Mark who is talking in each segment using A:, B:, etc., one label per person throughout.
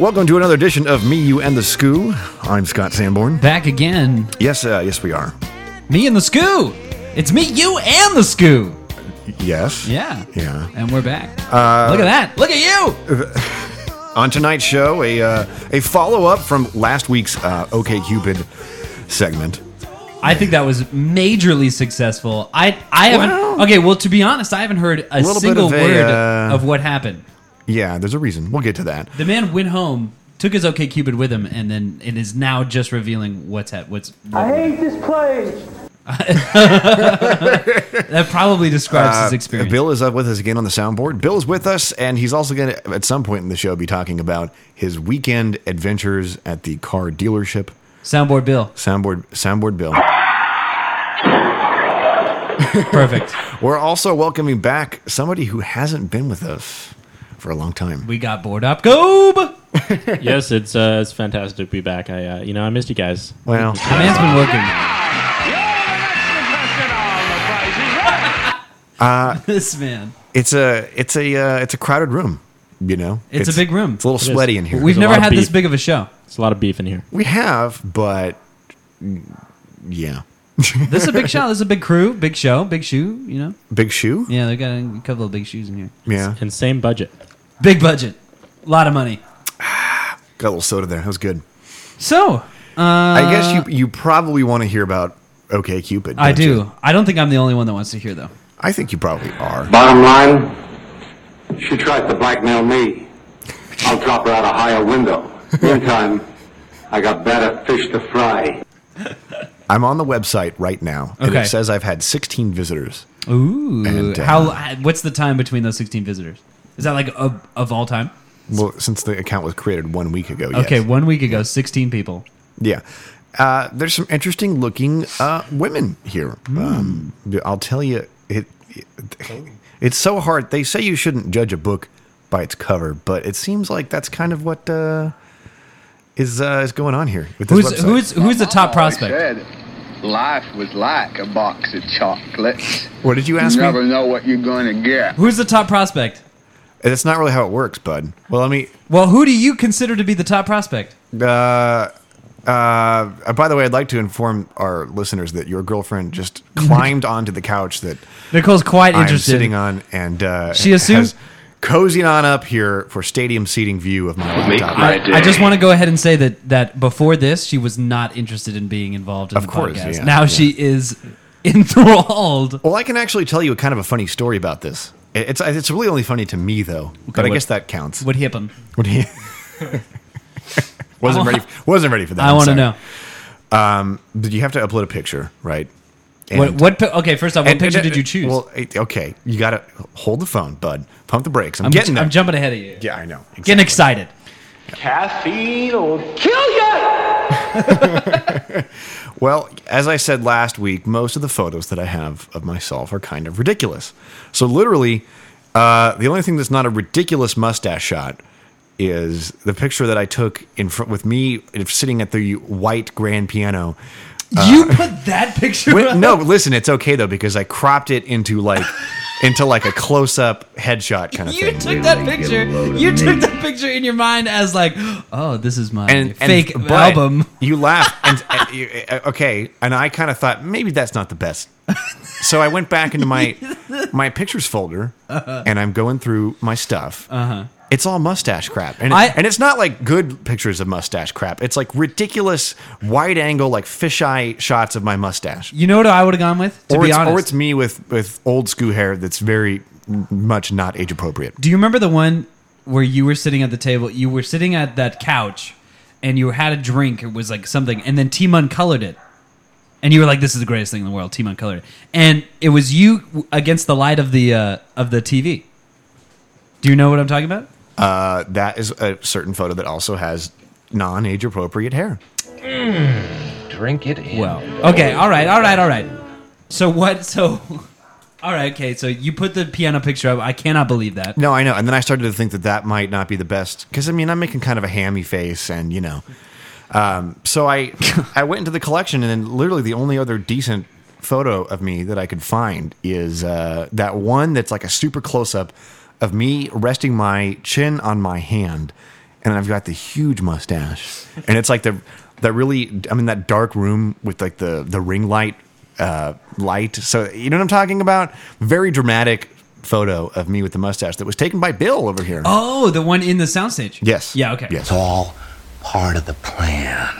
A: Welcome to another edition of Me, You, and the Scoo. I'm Scott Sanborn.
B: Back again.
A: Yes, uh, yes, we are.
B: Me and the Scoo. It's me, you, and the Scoo.
A: Yes.
B: Yeah.
A: Yeah.
B: And we're back. Uh, Look at that. Look at you.
A: On tonight's show, a uh, a follow up from last week's uh, OK Cupid segment.
B: I think that was majorly successful. I I haven't.
A: Well-
B: okay. Well, to be honest, I haven't heard a
A: Little bit
B: single
A: of a,
B: word
A: uh,
B: of what happened.
A: Yeah, there's a reason. We'll get to that.
B: The man went home, took his OK Cupid with him, and then it is now just revealing what's at what's.
C: I hate this place.
B: That probably describes his experience.
A: Uh, Bill is up with us again on the soundboard. Bill is with us, and he's also going to, at some point in the show, be talking about his weekend adventures at the car dealership.
B: Soundboard Bill.
A: Soundboard, soundboard Bill.
B: Perfect.
A: We're also welcoming back somebody who hasn't been with us for a long time.
B: we got board up. Go. The
D: yes, it's uh, it's fantastic to be back. I uh, you know I missed you guys.
A: Well,
B: man's been working.
A: Uh,
B: This man.
A: it's a it's a uh, it's a crowded room. You know,
B: It's a big room.
A: It's a little
D: is.
A: sweaty in here.
B: We've
D: a
B: never
D: lot of
B: had this
D: beef.
B: big of a show.
D: It's a lot of beef in here.
A: we have, but mm, yeah,
B: This is a big show. This is a big crew, big show, big shoe. You know,
A: big shoe.
B: yeah, they got a couple of big shoes in here.
A: Yeah.
D: And same budget.
B: Big budget, a lot of money.
A: got a little soda there. That was good.
B: So uh,
A: I guess you you probably want to hear about OK Cupid.
B: I do. I don't think I'm the only one that wants to hear though.
A: I think you probably are.
E: Bottom line, she tries to blackmail me. I'll drop her out a higher window. Meantime, I got better fish to fry.
A: I'm on the website right now, and
B: Okay.
A: it says I've had 16 visitors.
B: Ooh,
A: And, uh,
B: how? What's the time between those 16 visitors? Is that like of, of all time?
A: Well, since the account was created one week ago. Yes.
B: Okay, one week ago, 16 people.
A: Yeah. Uh, there's some interesting looking uh, women here. Um,
B: Hmm.
A: I'll tell you, it, it it's so hard. They say you shouldn't judge a book by its cover, but it seems like that's kind of what uh, is uh, is going on here with this
B: Who's
A: website.
B: who's who's the top
F: Mama always
B: prospect?
F: Oh, said life was like a box of chocolates.
A: what did you
F: You
A: ask
F: never
A: me?
F: know what you're going to get.
B: Who's the top prospect?
A: That's not really how it works, bud. Well, I mean,
B: Well, who do you consider to be the top prospect?
A: uh, uh, by the way, I'd like to inform our listeners that your girlfriend just climbed onto the couch that
B: Nicole's quite
A: I'm
B: interested.
A: sitting on, and uh,
B: She assumed-
A: has cozied on up here for stadium seating view of my
E: Make
A: laptop.
E: my
A: I-
E: day.
B: I just want to go ahead and say that that before this, she was not interested in being involved in
A: Of
B: the
A: course,
B: podcast.
A: yeah,
B: now
A: yeah.
B: she is enthralled.
A: well, I can actually tell you a kind of a funny story about this. It- It's it's really only funny to me though, but I
B: what-
A: guess that counts.
B: What happened?
A: What do you- wasn't ready. Wasn't ready for that.
B: I
A: I'm
B: want to
A: sorry.
B: know.
A: Did you have to upload a picture, right?
B: What?
A: And-
B: What? pi- Okay, first off, what
A: and-
B: picture
A: and-
B: did you choose?
A: Well, it- okay, you got to hold the phone, bud. Pump the brakes. I'm,
B: I'm
A: getting there.
B: I'm jumping ahead of you.
A: yeah, I know.
B: Getting excited.
E: Caffeine will kill you!
A: Well, as I said last week, most of the photos that I have of myself are kind of ridiculous. So, literally, uh, the only thing that's not a ridiculous mustache shot is the picture that I took in front with me sitting at the white grand piano.
B: you put that picture.
A: Uh, Wait,
B: up?
A: no, listen, it's okay though because I cropped it into like into like a close up headshot kind of
B: You
A: thing.
B: took that picture. You took that picture in your mind as like, oh, this is my
A: And and-
B: fake
A: but
B: album.
A: You laugh, and, and you, eh, okay. And I kind of thought maybe that's not the best. So I went back into my my pictures folder,
B: Uh-huh.
A: and I'm going through my stuff. Uh-huh. It's all mustache crap, and it-
B: I-
A: and it's not like good pictures of mustache crap. It's like ridiculous wide angle, like fisheye shots of my mustache.
B: You know what I would have gone with? To
A: or,
B: be
A: it's,
B: honest,
A: or it's me with with old screw hair that's very much not age appropriate.
B: Do you remember the one where you were sitting at the table? You were sitting at that couch, and you had a drink. It was like something, and then Timon colored it, and you were like, "This is the greatest thing in the world." Timon colored it, and it was you w- against the light of the uh, of the TV. Do you know what I'm talking about?
A: Uh, that is a certain photo that also has non age appropriate hair.
G: Drink it in.
B: Well, okay, all right, all right, all right. So what? So All right, okay. So you put the piano picture up. I cannot believe that.
A: No, I know. And then I started to think that that might not be the best because I mean I'm making kind of a hammy face, and you know, um, so I I went into the collection, and then literally the only other decent photo of me that I could find is uh, that one that's like a super close up of me resting my chin on my hand, and I've got the huge mustache, and it's like the that really I mean that dark room with like the the ring light uh, light. So you know what I'm talking about? Very dramatic photo of me with the mustache that was taken by Bill over here.
B: Oh, the one in the soundstage.
A: Yes.
B: Yeah. Okay.
A: Yes.
C: It's all part of the plan.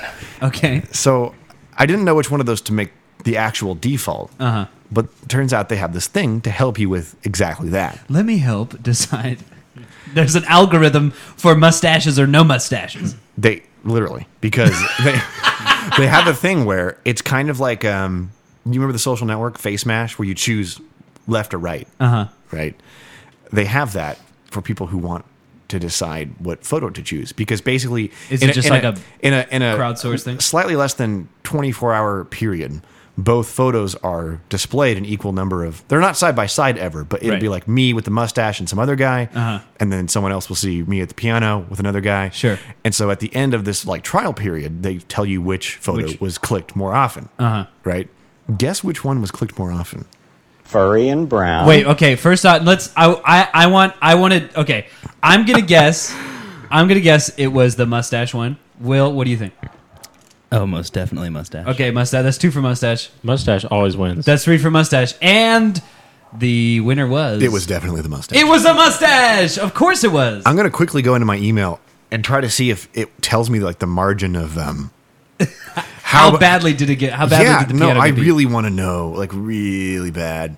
B: Okay.
A: So I didn't know which one of those to make the actual default.
B: Uh-huh.
A: But turns out they have this thing to help you with exactly that.
B: Let me help decide. There's an algorithm for mustaches or no mustaches.
A: They literally because they they have a thing where it's kind of like um you remember the social network face mash where you choose left or right.
B: Uh huh.
A: right? They have that for people who want to decide what photo to choose because basically
B: Is
A: in
B: it just
A: in
B: like a
A: in a in a
B: crowdsourced thing?
A: slightly less than 24 hour period both photos are displayed an equal number of they're not side by side ever but it'd
D: Right.
A: be like me with the mustache and some other guy
B: Uh-huh.
A: and then someone else will see me at the piano with another guy
B: Sure.
A: and so at the end of this like trial period they tell you which photo
B: Which-
A: was clicked more often
B: Uh-huh.
A: right guess which one was clicked more often
G: Furry and brown.
B: Wait. Okay. First off, let's. I. I. I want. I wanted. Okay. I'm gonna guess. I'm gonna guess it was the mustache one. Will, what do you think?
H: Oh, most definitely mustache.
B: Okay, mustache. That's two for mustache.
D: Mustache always wins.
B: That's three for mustache. And the winner was.
A: it was definitely the mustache
B: It was a mustache. Of course it was.
A: I'm gonna quickly go into my email and try to see if it tells me like the margin of um
B: how badly did it get? How badly
A: yeah
B: did the
A: no
B: piano
A: I
B: get beat?
A: really want to know like really bad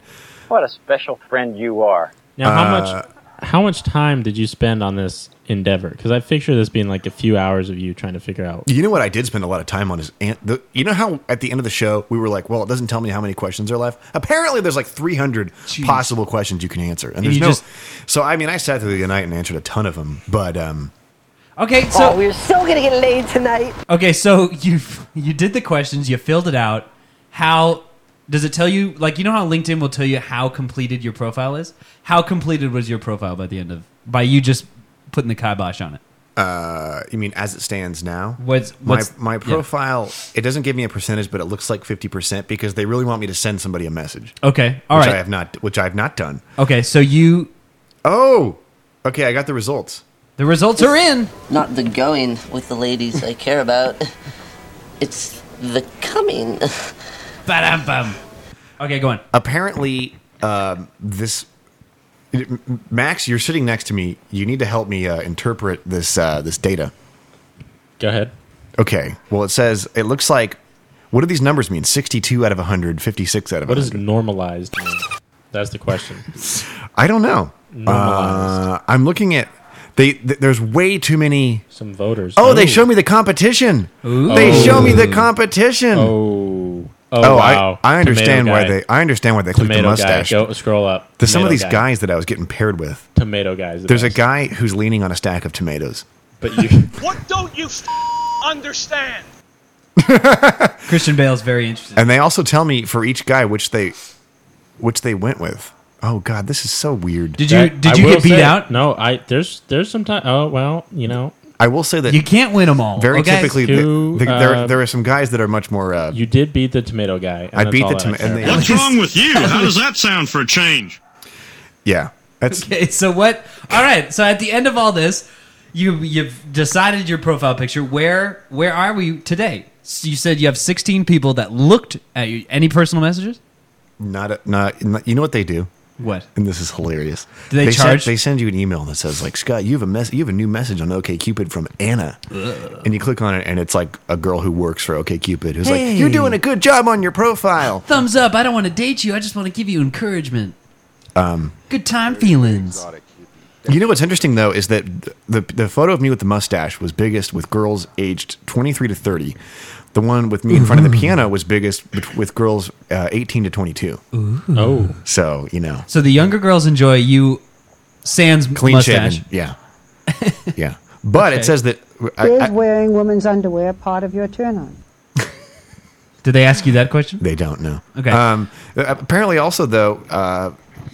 G: What a special friend you are.
D: Now, how
A: uh,
D: much how much time did you spend on this endeavor? Because I picture this being like a few hours of you trying to figure out.
A: you know what I did spend a lot of time on is and the you know how at the end of the show we were like well it doesn't tell me how many questions are left apparently there's like 300 possible questions you can answer and there's
B: you
A: no
B: just-
A: so I mean I sat through the night and answered a ton of them but um
B: Okay,
I: oh,
B: so
I: we're so gonna get laid tonight.
B: okay, so you you did the questions, you filled it out. How does it tell you? Like you know how LinkedIn will tell you how completed your profile is. How completed was your profile by the end of by you just putting the kibosh on it?
A: uh, you mean as it stands now
B: What's- what's-
A: my my
B: yeah.
A: profile it doesn't give me a percentage but it looks like 50 percent because they really want me to send somebody a message
B: Okay, all
A: which
B: right.
A: I have not which I have not done.
B: Okay, so you
A: Oh, okay, I got the results.
B: the results are in.
J: Not the going with the ladies I care about. It's the coming.
B: Ba-dum bum. Okay, go on.
A: Apparently, um, this Max, you're sitting next to me. You need to help me uh, interpret this uh, this data.
D: Go ahead.
A: Okay. Well, it says it looks like. What do these numbers mean? 62 out of 100, 56 out of
D: What
A: 100.
D: does normalized mean? That's the question.
A: I don't know. Uh,
D: Normalized.
A: I'm looking at they th- there's way too many
D: Some voters.
A: Oh, they show me the competition. They show me the competition. Oh,
D: Oh, oh,
A: I,
D: wow.
A: I understand
D: Tomato
A: why
D: guy.
A: they I understand why they clicked the
D: tomato guy.
A: mustache.
D: Go scroll up.
A: There's some of
D: Tomato
A: these
D: guy.
A: guys that I was getting paired with.
D: Tomato guys. the
A: There's a
D: best.
A: guy who's leaning on a stack of tomatoes.
D: But you,
K: What don't you f- understand?
B: Christian Bale's very interested.
A: And they also tell me for each guy which they which they went with. Oh god, this is so weird.
B: Did you
D: I
B: did you
D: will
B: get beat
D: say-
B: out?
D: No, I there's there's some time. Oh well, you know,
A: I will say that
B: You can't win them all.
A: very
B: okay?
A: typically
D: Who,
A: the, the, there
D: uh,
A: there are some guys that are much more uh,
D: you did beat the tomato guy. and
A: I
D: that's
A: beat
D: all
A: the
D: that
A: toma-
D: I care
A: and they-
B: At
A: What's
B: least-
K: with you? How does that sound for a change?
A: yeah. That's
B: Okay, so what? All right. So at the end of all this, you you've decided your profile picture. Where where are we today? So you said you have 16 people that looked at you. Any personal messages?
A: not a, not not- you know what they do?
B: What?
A: And this is hilarious.
B: Do they
A: send-
B: charge?
A: they send you an email that says like Scott, you have a mess you have a new message on OKCupid from Anna. And you click on it and it's like a girl who works for OKCupid who's like, "You're doing a good job on your profile."
B: Thumbs up. I don't want to date you. I just want to give you encouragement. Um. Good time feelings.
A: You know what's interesting though is that the the photo of me with the mustache was biggest with girls aged 23 to 30. The one with me in front of the piano was biggest bet- with girls uh, 18 to 22.
D: Oh,
A: So you know,
B: So the younger girls enjoy you. Sans
A: clean
B: mustache.
A: shaven. Yeah, yeah. But
B: Okay.
A: it says that uh, I, I,
I: wearing women's underwear part of your turn on?
B: Did they ask you that question?
A: They don't know.
B: Okay.
A: Um, apparently, also though, uh,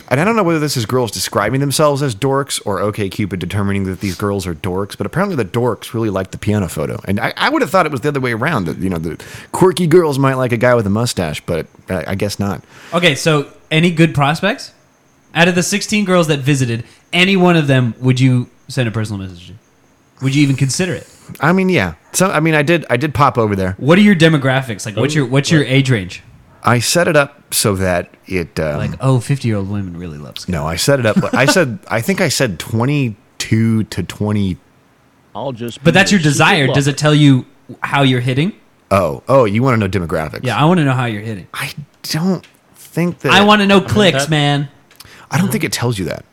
A: and I don't know whether this is girls describing themselves as dorks or OK Cupid determining that these girls are dorks, but apparently the dorks really like the piano photo, and I, I would have thought it was the other way around. That you know, the quirky girls might like a guy with a mustache, but I, I guess not.
B: Okay, so any good prospects? Out of the 16 girls that visited, any one of them would you send a personal message to? Would you even consider it?
A: I mean, yeah. So I mean, I did I did pop over there.
B: What are your demographics? Like what's your what's your age range?
A: I set it up so that it um,
B: Like, oh, 50-year-old women really love Scott.
A: no, I set it up. I said I think I said twenty two to twenty.
L: I'll just.
B: But that's your desire. Does it tell you how you're hitting?
A: Oh, oh, you want to know demographics?
B: Yeah, I want to know how you're hitting.
A: I don't think that
B: I want to know clicks, man.
A: I don't think it tells you that.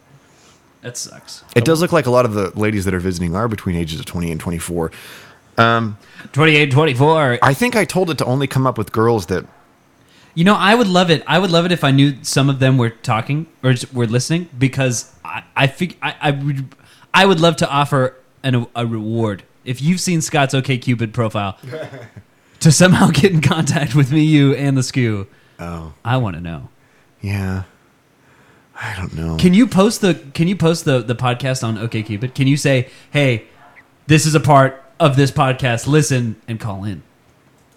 B: That sucks.
A: It does look like a lot of the ladies that are visiting are between ages of 20 and 24. Um,
B: 28, 24.
A: I think I told it to only come up with girls that.
B: You know, I would love it. I would love it if I knew some of them were talking or s- were listening because I I fig- I, I would I would love to offer an, a reward if you've seen Scott's OK Cupid profile to somehow get in contact with me, you, and the SKU.
A: Oh,
B: I want to know.
A: yeah. I don't know.
B: Can you post the Can you post the the podcast on OK Cupid? Can you say, "Hey, this is a part of this podcast. Listen and call in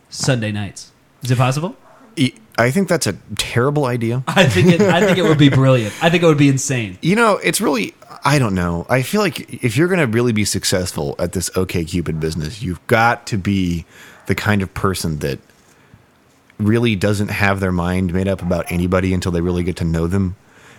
B: Sunday nights." Is it possible?
A: E- I think that's a terrible idea.
B: I think it, I think it would be brilliant. I think it would be insane.
A: You know, it's really. I don't know. I feel like if you're going to really be successful at this OK Cupid business, you've got to be the kind of person that really doesn't have their mind made up about anybody until they really get to know them.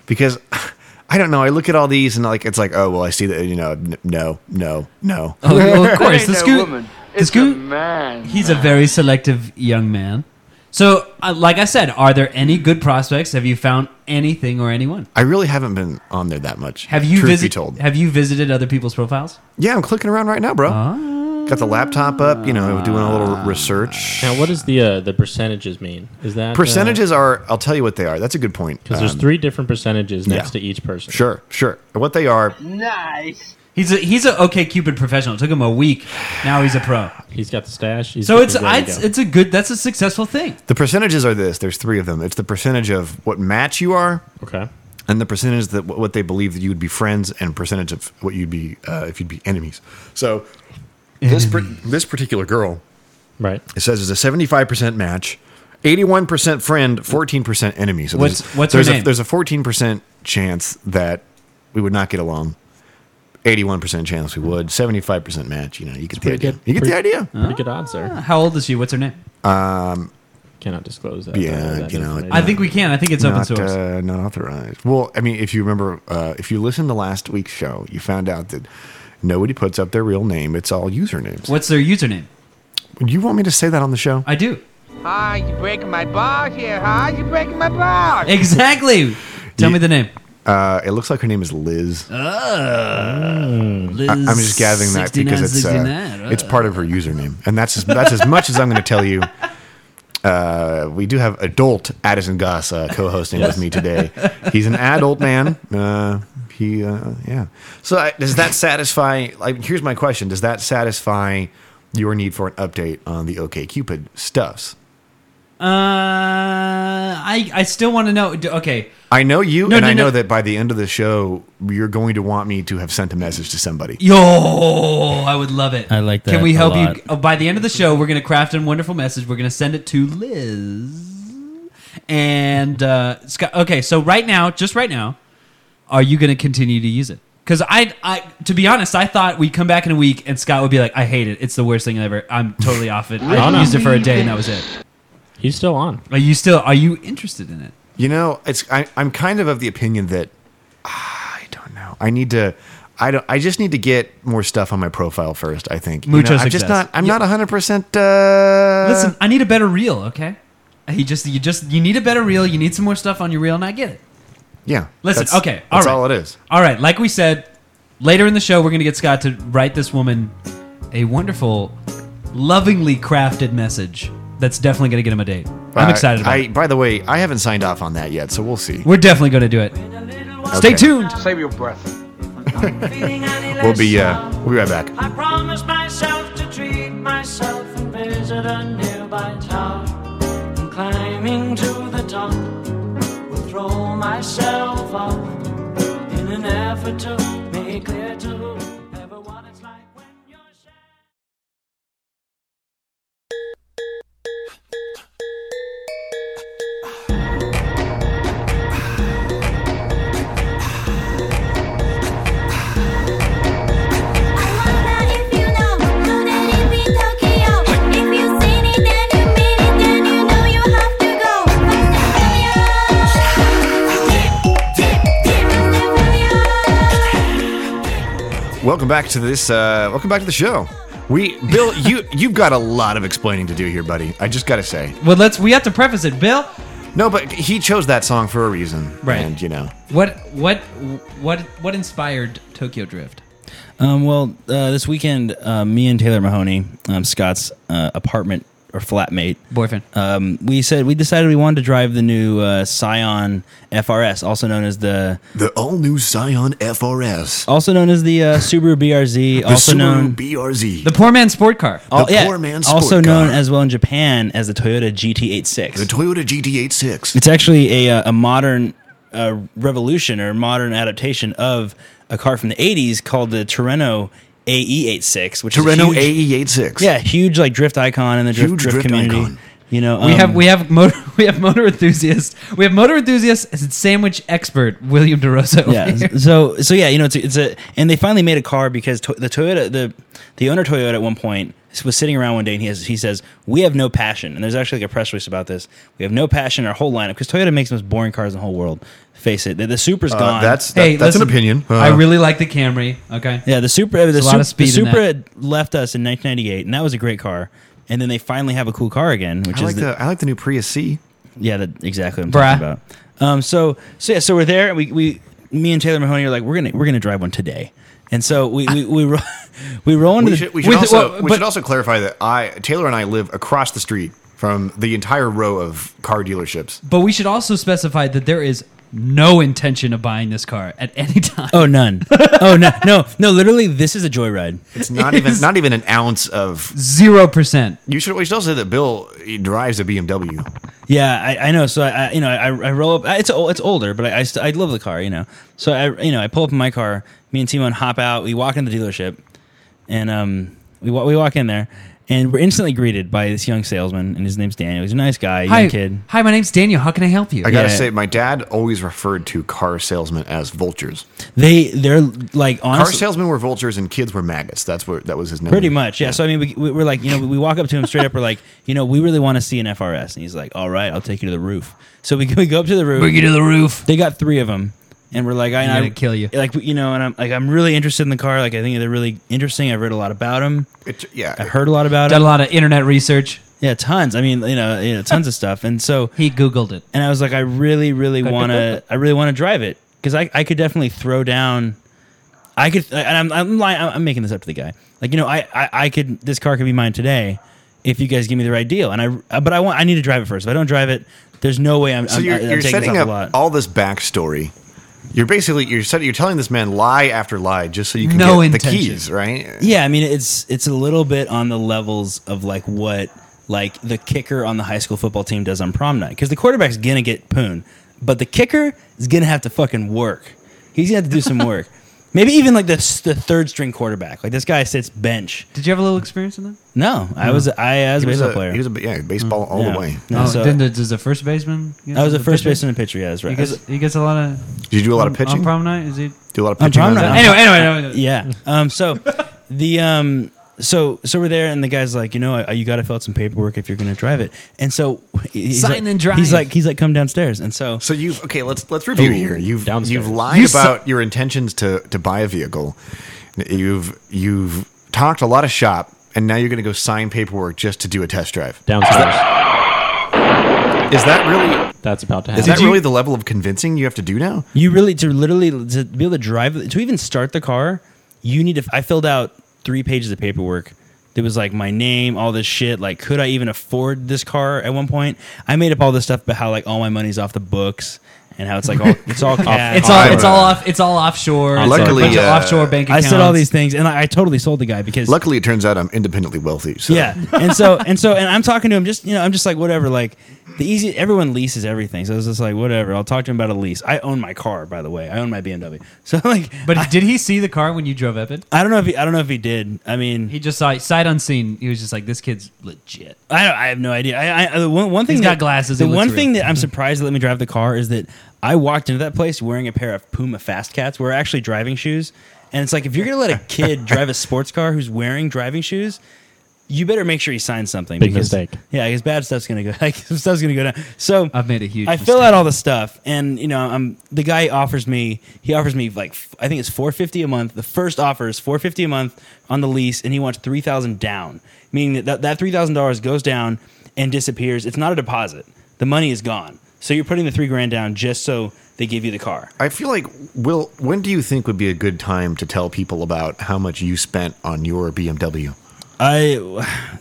A: Because I don't know. I look at all these and like it's like, oh well, I see that. You know, n- no, no, no.
B: Oh, well, of course,
M: ain't
B: the
M: no
B: scoot.
M: woman.
B: the
M: It's
B: scoot.
M: a man.
B: He's a very selective young man. So, uh, like I said, are there any good prospects? Have you found anything or anyone?
A: I really haven't been on there that much.
B: Have you
A: truth
B: visit-
A: be told?
B: Have you visited other people's profiles?
A: Yeah, I'm clicking around right now, bro. Got the laptop up. You know, doing a little research.
D: Now, what does the uh, the percentages mean? Is that
A: Percentages are. I'll tell you what they are. That's a good point.
D: Because there's
A: Um,
D: three different percentages next
A: yeah.
D: to each person.
A: Sure, sure. What they are,
M: Nice.
B: He's a he's a OK Cupid professional. It took him a week. Now he's a pro.
D: He's got the stash. He's
B: so
D: he's
B: it's I,
D: ready to
B: it's
D: go.
B: it's a good. That's a successful thing.
A: the percentages are this. There's three of them. It's the percentage of what match you are,
D: okay,
A: and the percentage that what they believe that you would be friends, and percentage of what you'd be uh, if you'd be enemies. So this per- this particular girl,
D: right?
A: it says is a 75 percent match, 81 percent friend, 14 percent enemy. So
B: What's-
A: there's,
B: what's her
A: there's
B: name?
A: a there's a 14 percent chance that we would not get along. 81% chance we would, 75% match. You know, you get the
D: pretty
A: idea.
D: good.
A: You get the
D: Pretty-
A: idea.
D: Pretty good odds there.
B: How old is she? What's her name?
A: Um,
D: Cannot disclose that.
A: Yeah,
D: that
A: you know,
D: information.
B: I think we can. I think it's open
A: not,
B: source.
A: Uh, not authorized. Well, I mean, if you remember, uh, if you listened to last week's show, you found out that nobody puts up their real name. It's all usernames.
B: What's their username?
A: Do you want me to say that on the show?
B: I do
M: Ah, you breaking my balls here, huh? You breaking my balls.
B: exactly. Tell
A: Ye-
B: me the name.
A: Uh, it looks like her name is Liz.
B: Liz
A: I, am just gathering that because it's uh,
B: 69,
A: it's part of her username, and that's as, that's as much as I'm going to tell you. Uh, we do have adult Addison Goss uh, co-hosting with me today. He's an adult man. Uh, he, uh, yeah. So I, does that satisfy? Like, here's my question: Does that satisfy your need for an update on the OK Cupid stuffs?
B: Uh, I I still want to know. d- Okay,
A: I know you,
B: No,
A: and
B: no,
A: I know
B: no.
A: that by the end of the show, you're going to want me to have sent a message to somebody.
B: yo, I would love it.
H: I like that
B: Can we
H: a
B: help
H: lot.
B: you? Oh, by the end of the show, we're gonna craft a wonderful message. We're gonna send it to Liz. And uh, Scott. Okay, so right now, just right now, are you gonna continue to use it? Because I, I, to be honest, I thought we'd come back in a week and Scott would be like, "I hate it. It's the worst thing ever. I'm totally off it.
D: No,
B: I
D: no.
B: used it for a day and that was it."
D: he's still on.
B: Are you still? Are you interested in it?
A: You know, it's I, I'm kind of of the opinion that ah, I don't know. I need to. I don't. I just need to get more stuff on my profile first. I think. You know,
B: Mucho
A: I'm just
B: success.
A: not. I'm not 100. percent uh,
B: Listen, I need a better reel, okay? You just you just you need a better reel. You need some more stuff on your reel, and I get it.
A: Yeah.
B: Listen,
A: that's-
B: okay, all
A: That's
B: right.
A: all it is.
B: All right, like we said, later in the show, we're gonna get Scott to write this woman a wonderful, lovingly crafted message that's definitely gonna get him a date. I'm
A: Uh,
B: excited about
A: I,
B: it.
A: By the way, I haven't signed off on that yet, so we'll see.
B: We're definitely gonna do it. Stay
A: Okay.
B: tuned.
M: Save your breath.
A: We'll be. Uh, we'll be right back.
N: I promised myself to treat myself and visit a nearby town.
L: climbing to the top. Will throw myself up in an effort to make clear to whoever what it's like.
A: Welcome back to this. Uh, welcome back to the show. We, Bill, you you've got a lot of explaining to do here, buddy. I just got to say.
B: Well, let's. We have to preface it, Bill.
A: No, but he chose that song for a reason,
B: Right.
A: And you know,
B: What what what what inspired Tokyo Drift?
H: Um, well, uh, this weekend, uh, me and Taylor Mahoney, um, Scott's uh, apartment or flatmate,
B: boyfriend,
H: um, we said we decided we wanted to drive the new uh, Scion FRS, also known as the
A: the all new Scion FRS,
H: also known as the uh, Subaru BRZ,
A: the
H: also
A: Subaru
H: known
A: BRZ,
B: the poor man's sport car.
H: Al-
A: the
H: yeah,
A: poor man's
H: also
A: sport
H: known
A: car.
H: as well in Japan as the Toyota GT86.
A: the Toyota GT86.
H: It's actually a, uh, a modern uh, revolution or modern adaptation of a car from the 80s called the Torino AE86, which
A: Torino
H: is a huge,
A: AE86.
H: Yeah, huge like drift icon in the drift,
A: E Huge
H: drift,
A: drift
H: community.
A: icon.
H: You know,
B: we
H: um,
B: have we have motor we have motor enthusiasts. We have motor enthusiasts and sandwich expert William DeRosa. over
H: yeah.
B: here.
H: So so yeah, you know, it's a, it's a and they finally made a car because to, the Toyota the the owner Toyota at one point was sitting around one day and he has, he says we have no passion and there's actually like a press release about this we have no passion in our whole lineup because Toyota makes the most boring cars in the whole world. Face it, the, the Supra's
A: Uh,
H: gone.
A: that's- that- Hey, that's an listen, opinion. Uh,
B: I really like the Camry. Okay.
H: Yeah, the Supra. The,
B: There's a lot
H: Sup-
B: of speed
H: the
B: in
H: Supra
B: that.
H: had left us in 1998, and that was a great car. And then they finally have a cool car again, which
A: I like
H: is
A: the, I like the new Prius C.
H: yeah, that, exactly what I'm
B: Bruh.
H: talking about. Um, so so yeah, so we're there. and We we me and Taylor Mahoney are like we're gonna we're gonna drive one today, and so we we we, ro- we roll
A: We
H: into the,
A: should, we should
H: with-
A: also
H: well,
A: we
H: but-
A: should also clarify that I Taylor and I live across the street from the entire row of car dealerships.
B: But we should also specify that there is no intention of buying this car at any time.
H: oh none oh no no no literally this is a joyride.
A: It's not even not even an ounce of.
B: Zero percent.
A: You should we should also say that Bill he drives a BMW.
H: Yeah, I, I know. So I, I you know I, I roll up. It's o- it's older, but I I, st- I love the car. You know. So I you know I pull up in my car. Me and Timon hop out. We walk into the dealership, and um we wa- we walk in there, and we're instantly greeted by this young salesman, and his name's Daniel. He's a nice guy, young
B: Hi,
H: kid.
B: hi. My name's Daniel. How can I help you?
A: I gotta
H: Yeah.
A: say, my dad always referred to car salesmen as vultures.
H: They they're like
A: Car
H: honestly.
A: salesmen were vultures and kids were maggots. That's what that was his name.
H: Pretty much, yeah. So I mean, we, we- we're like, you know, we walk up to him straight up. We're like, you know, we really want to see an FRS, and he's like, all right, I'll take you to the roof. So we, we go up to the roof.
B: Bring you to the roof.
H: They got three of them, and we're like, I,
B: I'm
H: I
B: gonna kill you.
H: like you know, and I'm like, I'm really interested in the car. Like, I think they're really interesting. I've read a lot about them.
A: It, yeah.
H: I heard a lot about
B: Done a
H: them.
B: lot of internet research.
H: Yeah, tons. I mean, you know, you know, tons of stuff. And so,
B: He googled it.
H: and I was like, I really, really want to. I really want to drive it because I, I could definitely throw down. I could, and I'm, I'm lying. I'm I'm making this up to the guy. Like, you know, I, I, I could. This car could be mine today if you guys give me the right deal. And I, but I want. I need to drive it first. If I don't drive it, there's no way I'm.
A: So
H: I'm,
A: you're,
H: I'm
A: you're
H: taking
A: setting
H: this
A: up
H: off the lot.
A: all this backstory. You're basically you're setting, you're telling this man lie after lie just so you can
B: No
A: get
B: intention.
A: the keys, right?
H: Yeah, I mean it's it's a little bit on the levels of like what like the kicker on the high school football team does on prom night because the quarterback's gonna get poon, but the kicker is gonna have to fucking work. He's gonna have to do some work. Maybe even like the s- the third string quarterback. Like this guy sits bench.
B: Did you have a little experience in that?
H: No, I was I, I was
A: He
H: a
A: was
H: baseball
A: a,
H: player. Mm,
A: He was a yeah, baseball all
H: Yeah.
A: the way.
H: No, so-
B: Oh, then the, does the first baseman?
H: I was a first baseman Uh-huh. and pitcher. Yeah, that's
B: He
H: right. I was-
B: gets, he gets a lot of.
A: Did you do a lot
B: on-
A: of pitching?
B: on prom night? Is he?
A: do a lot of
H: I'm
A: pitching.
H: prom
A: on
H: night.
A: that?
B: Anyway, anyway, anyway.
H: yeah. Um. So the um. So so we're there, and the guy's like, you know, uh, you got to fill out some paperwork if you're going to drive it. And so he's
B: Sign
H: like,
B: and drive.
H: He's like, he's like, come downstairs. And so
A: So you've okay. Let's let's review
H: Ooh,
A: here. You've you've
D: downstairs.
A: lied
B: You su-
A: about your intentions to to buy a vehicle. You've you've talked a lot of shop, and now you're going to go sign paperwork just to do a test drive.
D: Downstairs.
A: Is that really
D: That's about to
A: is
D: happen.
A: that really the level of convincing you have to do now?
H: you really to literally to be able to drive to even start the car, you need to. I filled out three pages of paperwork. There was like my name, all this shit. Like, could I even afford this car at one point? I made up all this stuff about how like all my money's off the books and how it's like all it's all cash.
B: It's all it's all off it's all offshore. It's
A: Luckily,
B: a bunch of
A: uh,
B: offshore bank
H: I
B: accounts.
H: said all these things, and I, I totally sold the guy because
A: Luckily, it turns out I'm independently wealthy. So.
H: Yeah, and so and so and I'm talking to him just you know I'm just like whatever like the easy everyone leases everything so I was just like whatever I'll talk to him about a lease I own my car by the way I own my BMW so like
B: But did he see the car when you drove up it?
H: I don't know if he I don't know if he did I mean
B: he just saw it, sight unseen he was just like this kid's legit
H: I don't, I have no idea I, I- I the one, one thing
B: He's
H: that,
B: got glasses,
H: the
B: it looks
H: one
B: real. Mm-hmm.
H: thing that I'm surprised they let me drive the car is that I walked into that place wearing a pair of Puma Fast Cats we're actually driving shoes and it's like if you're gonna let a kid drive a sports car who's wearing driving shoes. You better make sure he signs something.
D: Big mistake.
H: Yeah, his bad stuff's gonna go. Like stuff's gonna go down. So
B: I've made a huge
H: I fill out all the stuff, and you know, I'm the guy offers me. He offers me like f- I think it's four fifty a month. The first offer is four fifty a month on the lease, and he wants three thousand down, meaning that that, that three thousand dollars goes down and disappears. It's not a deposit. The money is gone. So you're putting the three grand down just so they give you the car.
A: I feel like Will. When do you think would be a good time to tell people about how much you spent on your
H: Uh,
A: BMW?
H: I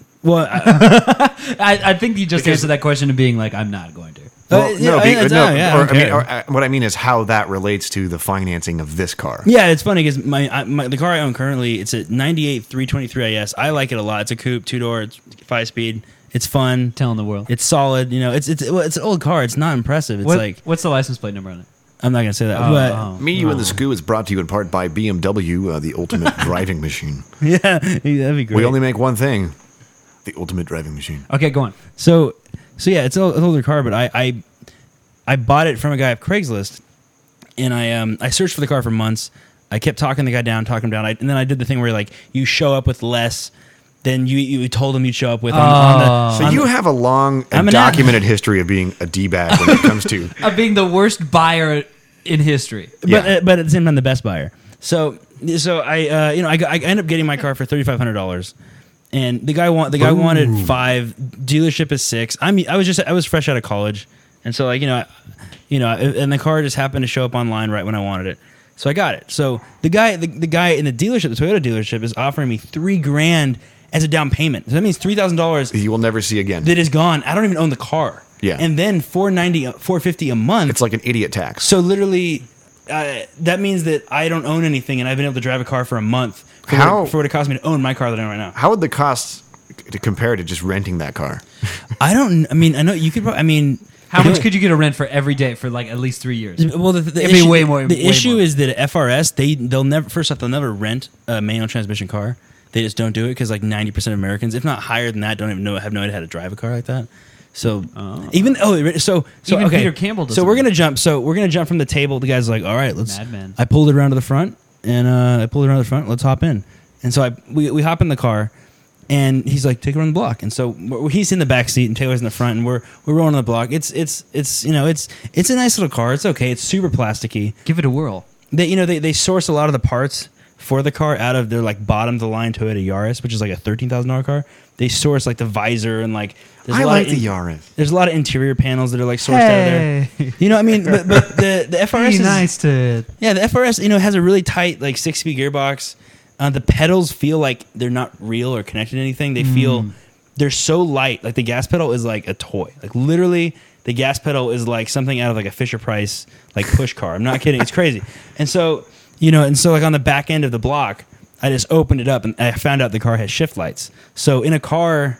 H: well,
A: uh,
B: I, I think you just
A: Because-
B: answered that question of being like I'm not going to.
A: Well, no, be- no, or, I mean,
H: care.
A: or, uh, what I mean is how that relates to the financing of this car.
H: Yeah, it's funny because my, I- my the car I own currently it's a '98 323 IS. I like it a lot. It's a coupe, two door, it's five speed. It's fun.
B: Telling the world.
H: It's solid. You know, it's it's well, it's an old car. It's not impressive. It's
B: What-
H: like
B: what's the license plate number on it? Oh,
H: I'm not gonna say
A: Oh,
H: that. but
A: Me, you, and the Scoo is brought to you in part by BMW, uh, the ultimate driving machine.
H: yeah, that'd be great.
A: We only make one thing: the ultimate driving machine.
B: oh. Okay, go on.
H: So, so yeah, it's an old- an older car, but I, I, I bought it from a guy off Craigslist, and I, um, I searched for the car for months. I kept talking the guy down, talking him down, I, and then I did the thing where like you show up with less than you you told him you'd show up with. On, on the,
A: Oh. so
H: on
A: you
H: the-
A: have a long
H: Um, I'm
A: and
H: an-
A: documented history of being a d bag when it comes to.
B: Of being the worst buyer in history.
H: but uh, but at the same time the best buyer. So so I uh, you know I, got- I end up getting my car for thirty five hundred dollars, and the guy want the guy
N: Ooh.
H: wanted five. Dealership is six. I'm I was just I was fresh out of college, and so like you know, I, you know, and the car just happened to show up online right when I wanted it. So I got it. So the guy the, the guy in the dealership, the Toyota dealership, is offering me three grand as a down payment. So that means three thousand dollars
A: you will never see again.
H: that is gone. I don't even own the car.
A: Yeah.
H: And then 490 450 a month. It's
A: like an idiot tax.
H: So literally uh, that means that I don't own anything and I've been able to drive a car for a month for,
A: How-
H: what, for what it cost me to own my car that I own right now.
A: How would the costs to compare to just renting that car?
H: I don't I mean I know you could probably I mean
B: How much could you get a rent for every day for like at least three years?
A: Mm.
H: well, the, the
B: It'd
H: issue,
B: be way more.
H: The
B: way
H: issue
B: more.
H: is that at FRS they they'll never first off they'll never rent a manual transmission car. They just don't do it because like ninety percent of Americans, if not higher than that, don't even know have no idea how to drive a car like that. So even oh so so
B: Even
H: okay.
B: Peter Campbell
H: So
B: doesn't
H: we're gonna jump. So we're gonna jump from the table. The guy's like, all right, let's.
B: Madman.
H: I pulled it around to the front and uh, I pulled it around to the front. Let's hop in. And so I we we hop in the car. And he's like, take it around the block. And so we're- he's in the back seat, and Taylor's in the front, and we're we're rolling on the block. It's it's it's you know it's it's a nice little car. It's okay. It's super plasticky.
B: Give it a whirl.
H: They you know they, they source a lot of the parts for the car out of their like bottom of the line Toyota Yaris, which is like a thirteen thousand dollar car. They source like the visor and like there's a
A: I
H: lot
A: like
H: of in-
A: the Yaris.
H: There's a lot of interior panels that are like sourced out of there. You know, I mean, but, but the the FRS is
B: to.
H: yeah, the FRS, you know, has a really tight like six speed gearbox. Uh, the pedals feel like they're not real or connected to anything. They feel
B: Mm.
H: they're so light. Like the gas pedal is like a toy. Like literally, the gas pedal is like something out of like a Fisher Price like push car. I'm not kidding. It's crazy. And so you know, and so like on the back end of the block, I just opened it up and I found out the car has shift lights. So in a car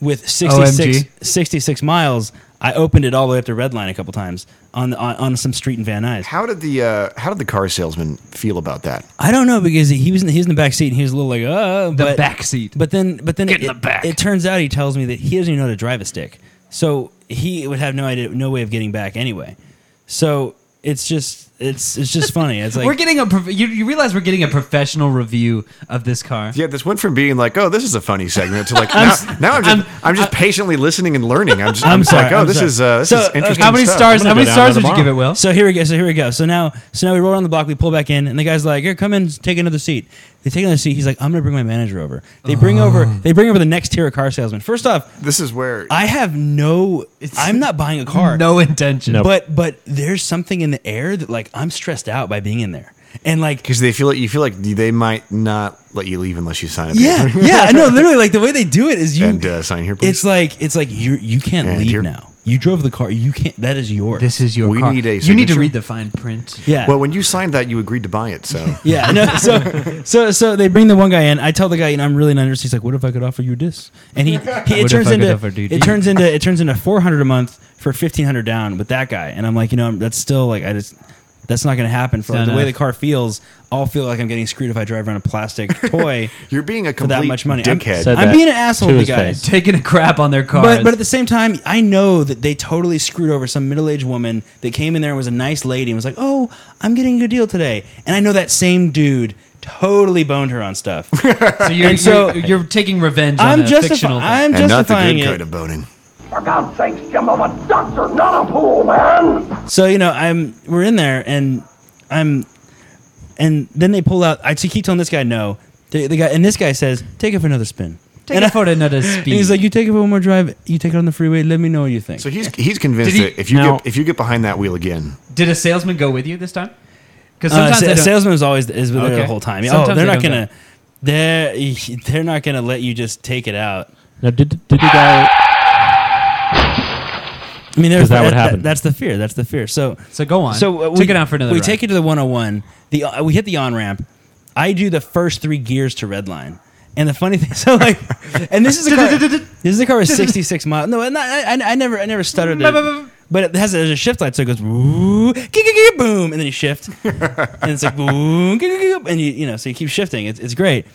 H: with 66,
B: OMG.
H: 66 miles, I opened it all the way up to red line a couple times on the, on, on some street in Van Nuys.
A: How did the uh, how did the car salesman feel about that?
H: I don't know because he was in the, he was in the back seat and he was a little like uh
B: The
H: but,
B: back seat.
H: But then but then
B: Get in
H: it,
B: the back.
H: it turns out he tells me that he doesn't even know how to drive a stick. So he would have no idea no way of getting back anyway. So it's just it's it's just funny. It's like
B: we're getting a. prof- You, you realize we're getting a professional review of this car.
A: Yeah, this went from being like, oh, this is a funny segment to like
B: I'm
A: now,
B: s-
A: now I'm just I'm,
B: I'm-
A: just patiently listening and learning. I'm just I'm,
H: uh, I'm
A: just
H: sorry,
A: like, oh,
H: I'm
A: this
H: sorry.
A: is uh, this
H: So,
A: is
H: okay.
A: interesting.
H: How many
A: stuff.
H: stars-
A: I'm gonna go
H: how many
A: down to
B: stars
A: the
B: would you give
A: bar.
B: it, Will?
H: So here we go. So here we go. So now, so now we roll on the block. We pull back in, and the guy's like, "Here, come in, take another seat." They take another seat. He's like, "I'm gonna bring my manager over." They bring
B: Oh.
H: over. They bring over the next tier of car salesman. First off,
A: This is where
H: I have no. I'm not buying a car.
B: No intention.
H: But but there's something in the air that like I'm stressed out by being in there, and like
A: because they feel like you feel like they might not let you leave unless you sign a
H: yeah
A: paper.
H: yeah no literally like the way they do it is you
A: and uh, sign here, please.
H: it's like it's like you you can't
A: And
H: leave
A: here-
H: now. You drove the car. You can't. That is yours.
B: This is your
A: We
B: car.
A: need a
B: you need to
A: signature?
B: read the fine print.
H: Yeah.
A: Well, when you signed that, you agreed to buy it. So
H: Yeah. No, so so so they bring the one guy in. I tell the guy, you know, I'm really not interested. He's like, what if I could offer you this? And he, he it
B: What if
H: turns
B: I could
H: into
B: offer you
H: it
B: this?
H: turns into it turns into 400 a month for 1500 down with that guy. And I'm like, you know, that's still like I just. That's not going to happen for
B: It's
H: the
B: not
H: way the
B: enough.
H: car feels. I'll feel like I'm getting screwed if I drive around a plastic toy.
A: You're being a
H: for that
A: complete
H: much money.
A: dickhead.
H: I'm,
A: Said
H: I'm
A: that
H: being an asshole
A: to
H: to the
A: his
H: guy.
A: face.
B: Taking a crap on their cars.
H: But, but at the same time, I know that they totally screwed over some middle aged woman that came in there and was a nice lady and was like, oh, I'm getting a good deal today. And I know that same dude totally boned her on stuff.
B: so you're,
H: and so-
B: you're, you're taking revenge on
H: I'm
B: a
H: justifi-
B: fictional thing.
H: I'm And not the justifying good it. kind of
A: boning.
L: For God's sake, Jim, I'm a doctor, not a pool man.
H: so, you know, I'm we're in there and I'm and then they pull out I keep telling this guy no. The, the guy and this guy says, take it for another spin.
B: Take
H: and
B: it for another
H: And
B: spin.
H: he's like, you take it for one more drive, you take it on the freeway, let me know what you think.
A: So he's he's convinced
B: Did he-
A: that if you
B: Now-
A: get if you get behind that wheel again,
B: Did a salesman go with you this time? Because
H: Uh,
B: sometimes
H: sa-
B: I don't-
H: salesman is always is there
B: Okay.
H: the whole time. oh,
B: Sometimes
H: they're
B: they
H: not
B: don't
H: gonna they're they're not gonna let you just take it out.
D: Now, did, did the guy?
H: I mean, there's
D: 'Cause that would
H: that-
D: happen.
H: that's the fear. That's the fear. So
B: so go on.
H: So uh, we
B: Take it out for another
H: We
B: ride.
H: take it to the 101. The uh, we hit the on ramp. I do the first three gears to red line. And the funny thing, so like, and this is a car. this is a car with 66 miles. No, and I, I, I never, I never stuttered it. But it has a, there's a shift light, so it goes woo, gig, gig, gig, boom, and then you shift, and it's like boom, gig, gig, gig, and you, you know, so you keep shifting. It's, it's great.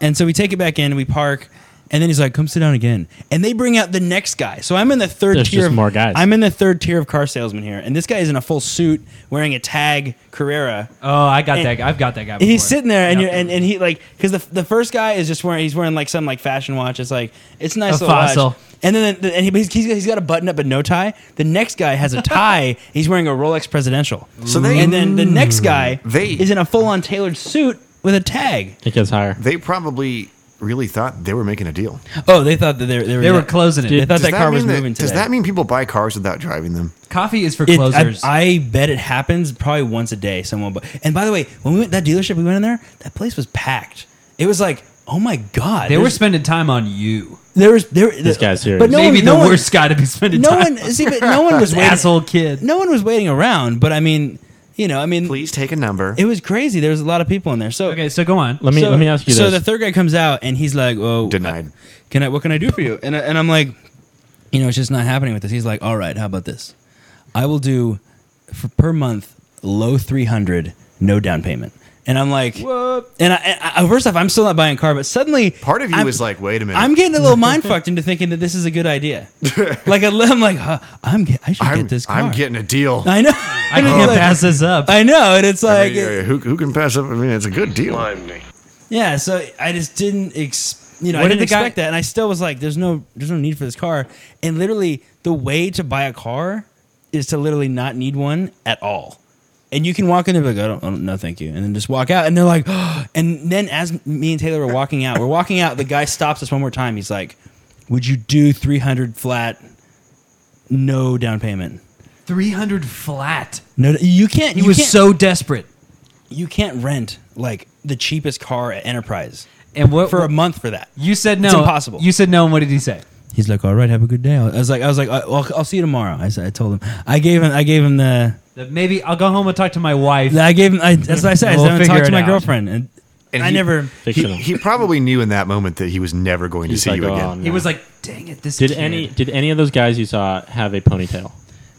H: And so we take it back in, we park, and then he's like, "Come sit down again." And they bring out the next guy. So I'm in the third
D: There's
H: tier
D: just
H: of
D: more guys.
H: I'm in the third tier of car salesmen here, and this guy is in a full suit, wearing a tag Carrera.
B: Oh, I got
H: And-
B: that. guy. I've got that guy.
H: And he's
B: before.
H: sitting there, and
B: Yep.
H: you're, and, and he like because the, the first guy is just wearing he's wearing like some like fashion watch. It's like it's a nice
B: A
H: little watch.
B: fossil.
H: And then the, and he, he's, he's got- he's got a button up but no tie. The next guy has a tie. he's wearing a Rolex Presidential.
A: So they- Mm.
H: and then the next guy
A: They-
H: is in a full on tailored suit with a tag.
D: It gets higher.
A: they probably really thought they were making a deal.
H: Oh, they thought that they were, they were,
B: They were closing it.
H: They thought
A: Does
H: that, car was
A: mean that-
H: moving today.
A: Does that mean people buy cars without driving them?
B: Coffee is for
H: It-
B: closers.
H: I, I bet it happens probably once a day. Someone, but and by the way, when we went that dealership, we went in there. That place was packed. It was like, oh my god,
B: they were
H: there's-
B: spending time on you.
H: there was there.
D: This guy's serious.
H: But no
B: Maybe
H: one,
B: the
H: no one-
B: worst guy to be spending
H: No
B: time.
H: one see, but no one was
B: This
H: waiting.
B: asshole kid.
H: No one was waiting around. But I mean, you know, I mean,
A: Please take a number.
H: it was crazy. There was a lot of people in there. So
B: Okay, so go on.
D: Let me
H: so-
D: let me ask you
H: So
D: this.
H: the third guy comes out and he's like, "Oh,
A: Denied.
H: can I? What can I do for you?" And I- and I'm like, you know, it's just not happening with this. He's like, "All right, how about this? I will do for per month low three hundred, no down payment." And I'm like, and I, and I, first off, I'm still not buying a car, but suddenly
A: Part of you
H: I'm-
A: was like, wait a minute.
H: I'm getting a little mind fucked into thinking that this is a good idea. like I, am like, huh, I'm get, I should
A: I'm,
H: get this car.
A: I'm getting a deal.
H: I know.
B: I
H: And I'm
B: can't
H: like-
B: pass this up.
H: I know, and it's
A: I
H: like,
A: mean, uh, who, who can pass up? I mean, it's a good deal.
H: yeah. So I just didn't, ex- you know,
B: What
H: I
B: did
H: didn't
B: the guy-
H: expect that, and I still was like, there's no, there's no need for this car. And literally, the way to buy a car is to literally not need one at all. And you can walk in there and be like, I don't, I don't, no, thank you. And then just walk out. And they're like, and then as me and Taylor were walking out, we're walking out, the guy stops us one more time. He's like, would you do 300 flat, no down payment?
B: Three hundred flat.
H: No, you can't.
B: He
H: you
B: was
H: can't-
B: so desperate.
H: you can't rent like the cheapest car at Enterprise
B: And what
H: for a month for that.
B: You said no.
H: It's impossible.
B: You said no. And what did he say?
H: He's like, "All right, have a good day." I was like, "I was like, I- I'll, I'll see you tomorrow." I, said, I told him. I gave him. I gave him the.
B: That maybe I'll go home and talk to my wife.
H: I gave him. I, that's what I said. I
B: We'll
H: said, "I'm gonna
B: figure
H: talk to
B: it
H: my
B: out."
H: girlfriend," and,
A: And
H: I
A: he-
H: never.
A: He,
D: Fictional.
A: he probably knew in that moment that he was never going to
D: He's
A: see
D: like,
A: you
D: "Oh,
A: again.
D: no."
B: he was like, "Dang it, this
D: Did
B: kid."
D: any did any of those guys you saw have a ponytail?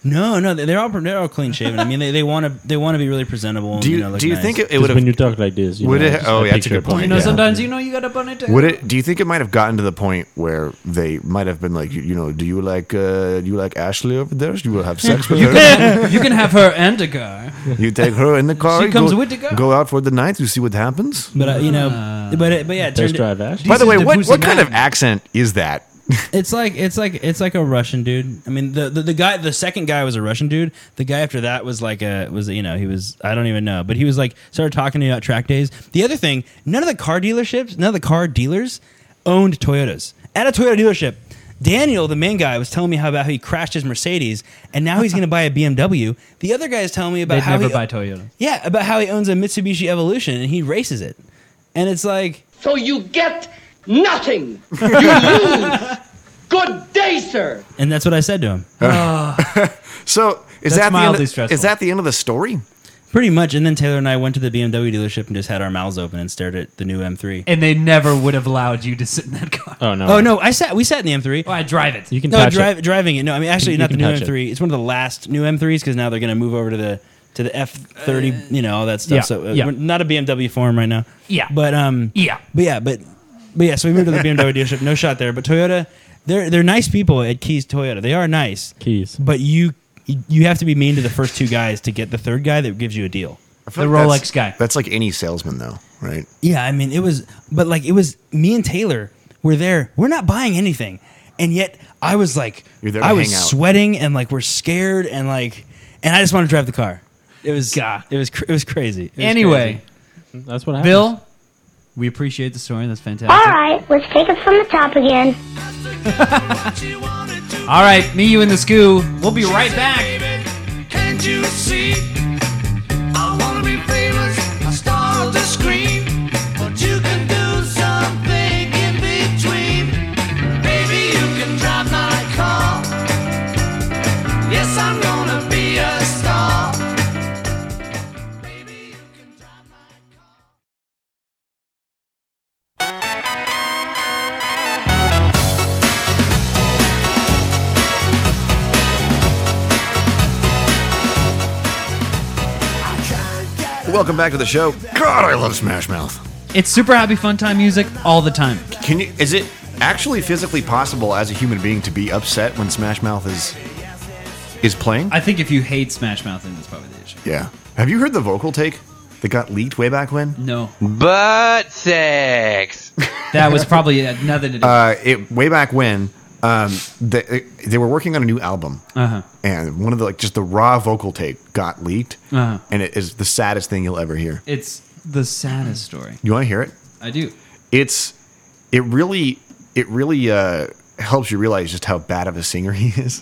H: No, no, they're all they're all clean shaven. I mean, they they want to they want to be really presentable.
A: Do you,
H: know, look
A: do you
H: nice.
A: think it, it
D: 'Cause
A: would
D: when
A: have?
D: you talk like this, you
A: would
D: know,
A: it-
D: just-
A: oh,
D: I
A: yeah,
D: picture
A: it's a good point,
B: You know,
A: Yeah.
B: sometimes you know you got a ponytail.
A: Would it? Do you think it might have gotten to the point where they might have been like, you, you know, do you like, uh, do you like Ashley over there? Do you have sex with
B: You
A: her?
B: can, you can have her and a car.
A: you take her in the car.
B: She
A: you
B: comes
A: go,
B: with the girl.
A: Go out for the night. You see what happens.
H: But uh, you know, but it, but yeah, it
D: Test
H: turned,
D: drive Ash.
A: By the
B: is
A: way,
B: the
A: what
B: pussy
A: what kind
B: man.
A: of accent is that?
H: It's like it's like it's like a Russian dude. I mean, the, the the guy, the second guy was a Russian dude. The guy after that was like a was you know he was I don't even know, but he was like started talking to me about track days. The other thing, none of the car dealerships, none of the car dealers owned Toyotas. At a Toyota dealership, Daniel, the main guy, was telling me how about how he crashed his Mercedes and now he's going to buy a BMW. The other guy is telling me about
B: They'd
H: how
B: never
H: he,
B: buy Toyota.
H: yeah about how he owns a Mitsubishi Evolution and he races it, and it's like
L: So you get nothing. You lose.
N: Good day, sir.
H: And that's what I said to him.
A: so
H: That's
A: is that the end
H: mildly
A: of,
H: stressful.
A: is that the end of the story?
H: Pretty much. And then Taylor and I went to the BMW dealership and just had our mouths open and stared at the new M3.
B: and they never would have allowed you to sit in that car.
H: Oh no! Oh no! I sat. We sat in the M3.
B: Oh, I drive it. You
H: no, drive, driving it. No, I mean actually
B: You
H: not the
B: can
H: new
B: touch it.
H: M3. It's one of the last new M3s because now they're going to move over to the to the F30. you know all that stuff.
B: yeah,
H: so uh,
B: yeah.
H: we're not a BMW forum right now.
B: Yeah.
H: But um.
B: Yeah.
H: But yeah. But but yeah. So we moved to the BMW dealership. No shot there. But Toyota, they're they're nice people at Keys Toyota. They are nice. Keys. But you you have to be mean to the first two guys to get the third guy that gives you a deal.
A: I feel like that's- That's like any salesman though, right?
H: Yeah, I mean, it was, but like, it was me and Taylor were there. We're not buying anything. And yet, I was like,
A: You're there to
H: I was
A: hang out.
H: sweating and like, we're scared and like, and I just wanted to drive the car. It was, it was, cr- it was crazy. It was
B: Anyway,
H: crazy. that's what
B: Bill, we appreciate the story. That's fantastic.
O: All
H: Ah!
O: right, let's take it from the top again.
B: All right, me, you, and the Scoo. We'll be right back.
L: Can't you see? I wanna be famous, a star of the screen. But you can do something in between. Maybe you can drive my car. Yes, I'm gonna be a star.
A: Welcome back to the show. God, I love Smash Mouth.
B: It's super happy, fun time music all the time.
A: Can you? Is it actually physically possible as a human being to be upset when Smash Mouth is is playing?
B: I think if you hate Smash Mouth, then that's probably the issue.
A: Yeah. Have you heard the vocal take that got leaked way back when?
B: No.
A: Butt sex.
B: That was probably uh, nothing to do.
A: Uh, it way back when um, they, they were working on a new album,
B: Uh-huh.
A: and one of the like just the raw vocal tape got leaked,
B: Uh-huh.
A: and it is the saddest thing you'll ever hear.
B: It's the saddest story.
A: You want to hear it?
B: I do.
A: It's it really it really uh, helps you realize just how bad of a singer he is.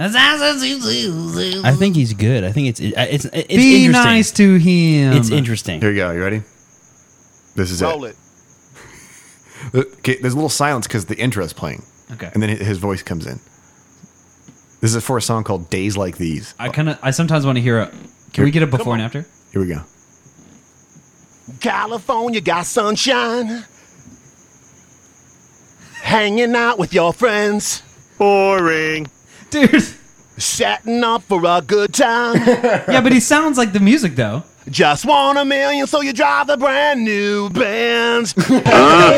H: I think he's good. I think it's, it's, it's
B: Be
H: interesting.
B: nice to him.
H: It's interesting.
A: Here you go. You ready? This is
B: Roll
A: it. Uh, Okay, there's a little silence because the intro is playing.
B: Okay.
A: And then his voice comes in. This is for a song called "Days Like These."
B: I kind of. I sometimes want to hear a. Can we get a before and after?
A: Here we go.
P: California got sunshine. Hanging out with your friends. Boring.
B: Dude.
P: Setting up for a good time.
B: yeah, but he sounds like the music though.
P: Just want a million, so you drive a brand new Benz. days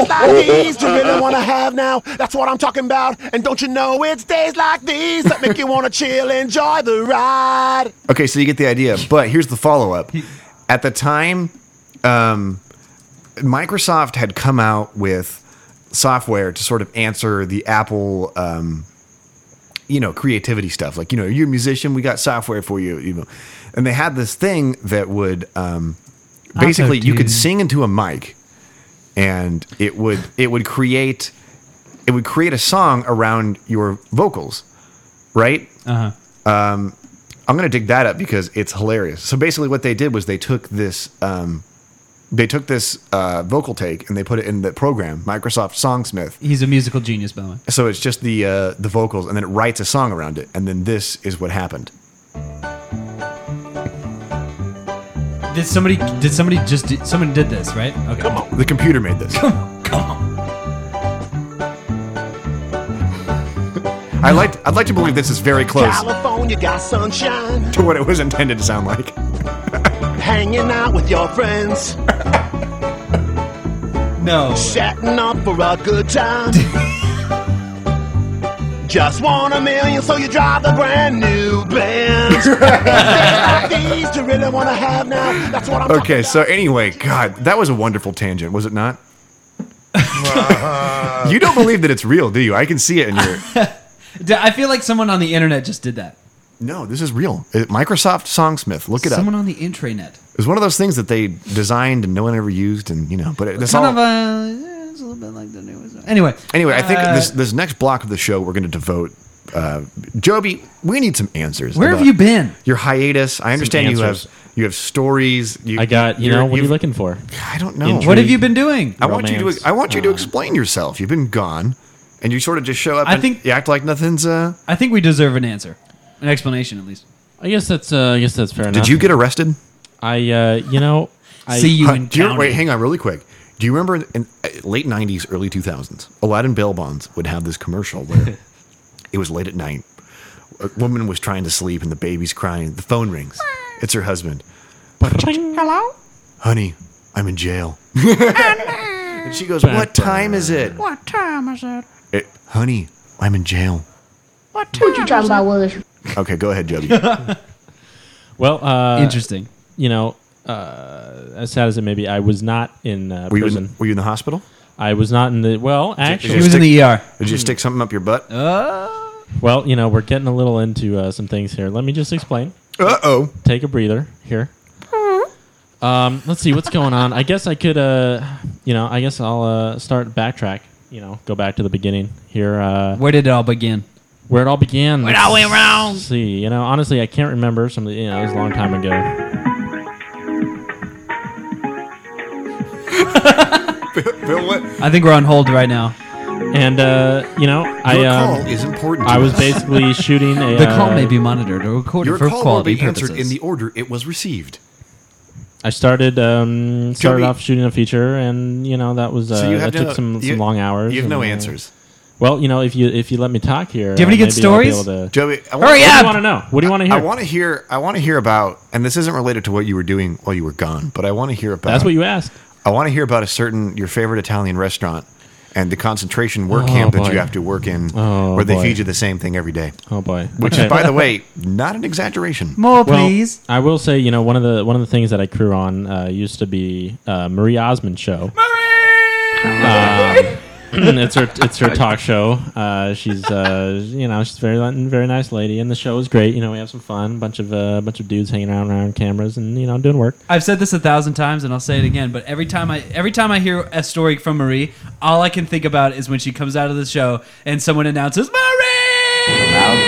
P: like these you really want to have now. That's what I'm talking about. And don't you know it's days like these that make you want to chill, enjoy the ride.
A: Okay, so you get the idea. But here's the follow up. At the time, um, Microsoft had come out with software to sort of answer the Apple, um, you know, creativity stuff. Like, you know, you're a musician, we got software for you. You know, and they had this thing that would um, basically you could
B: Auto-tune.
A: sing into a mic, and it would it would create it would create a song around your vocals, right?
B: Uh huh.
A: Um, I'm gonna dig that up because it's hilarious. So basically, what they did was they took this, um, they took this uh, vocal take and they put it in the program Microsoft Songsmith.
B: He's a musical genius, by the way.
A: So it's just the uh, the vocals, and then it writes a song around it, and then this is what happened.
B: Did somebody? Did somebody just? Do, someone did this, right? Okay. Come
A: on. The computer made this. Come
B: on. Come on.
A: I like I'd like to believe this is very close
P: California got sunshine.
A: to what it was intended to sound like.
P: hanging out with your friends.
B: no.
P: Setting up for a good time. Just want a million, so you drive the brand new Benz. Days like these you really want to have now. That's what I'm
A: Okay, so anyway, God, that was a wonderful tangent, was it not? you don't believe that it's real, do you? I can see it in your.
B: D- I feel like someone on the internet just did that.
A: No, this is real. It- Microsoft Songsmith. Look it up.
B: someone on the intranet.
A: It was one of those things that they designed and no one ever used, and you know, but it, it's
B: kind
A: all.
B: of a, yeah, it's a little bit like the newest. one. Anyway,
A: anyway, I think
B: uh,
A: this this next block of the show we're going to devote. Uh, Joby, we need some answers.
B: Where have
A: about
B: you been?
A: Your hiatus. I understand you have
D: answers.
A: you have stories. You,
D: I got, you
A: you're-
D: know, what are you
A: you've-
D: looking for?
A: I don't know.
D: Intrigue. What have you
B: been doing?
A: I want you to
D: Romance.
A: I want you to explain yourself. You've been gone. and you sort of just show up.
B: I
A: and
B: think-
A: you act like nothing's. Uh,
B: I think we deserve an answer, an explanation at least.
D: I guess that's uh, I guess that's fair
A: Did
D: enough.
A: you get arrested?
D: I uh, you know I
A: Huh, Uh, do you- Wait, hang on, really quick. Do you remember in, in uh, late '90s, early 2000s, Aladdin Bail Bonds would have this commercial where it was late at night. A woman was trying to sleep, and the baby's crying. The phone rings. It's her husband.
L: Hello?
A: Honey, I'm in jail. and she goes, "What time is it?"
L: What time is it?
A: It- Honey, I'm in jail.
L: What time? What you talking about, Willis?
A: Okay, go ahead, Joby.
D: Well, uh,
B: Interesting.
D: You know, uh, as sad as it may be, I was not in uh,
A: Were you in-
D: prison.
A: were you in the hospital?
D: I was not in the. Well, actually,
B: E
A: Did
D: Mm.
A: you stick something up your butt?
D: Uh. Well, you know, we're getting a little into uh, some things here. Let me just explain.
A: Uh oh.
D: Take a breather here. Um, let's see what's going on. I guess I could, uh, you know, I guess I'll uh, start backtrack. You know, go back to the beginning here. Uh,
B: where did it all begin?
D: Where it all began?
B: Where it all went wrong.
D: See, you know, honestly, I can't remember. Some, of the- you know, it was a long time ago.
A: Bill, what?
B: I think we're on hold right now.
D: And uh, you know, I
B: Your
D: um,
B: call is important to
D: I was
B: us.
D: basically shooting a.
B: The call
D: uh,
B: may be monitored or recorded
A: Your
B: for
A: call will
B: quality
A: be answered
B: purposes.
A: in the order it was received.
D: I started um, started
A: Joby.
D: off shooting a feature, and you know that was uh,
A: So you have
D: that took
A: no-
D: some, some
A: you-
D: long hours.
A: you have no
D: and, uh,
A: answers.
D: well, you know, if you if you let me talk here,
A: Do you have any
D: uh,
A: good
D: maybe I'll be
A: stories?
D: able to-
A: Joby, I
D: what
A: want-
D: do you want to know? What do you want to hear?
A: I want to hear. I want to hear about, and this isn't related to what you were doing while you were gone, but I want to hear about.
D: That's what you asked.
A: I want to hear about a certain your favorite Italian restaurant and the concentration work
D: Oh,
A: camp that
D: boy.
A: you have to work in,
D: Oh,
A: where they
D: boy.
A: feed you the same thing every day.
D: Oh boy!
A: Which
D: Okay.
A: is, by the way, not an exaggeration.
D: Well, I will say, you know, one of the one of the things that I crew on uh, used to be uh, Marie Osmond show. Marie. it's her it's her talk show. Uh, she's uh, you know she's a very very nice lady, and the show is great. You know, we have some fun, bunch of uh, bunch of dudes hanging around around cameras, and you know doing work.
B: I've said this a thousand times, and I'll say it again. But every time I every time I hear a story from Marie, all I can think about is when she comes out of the show and someone announces Marie, and,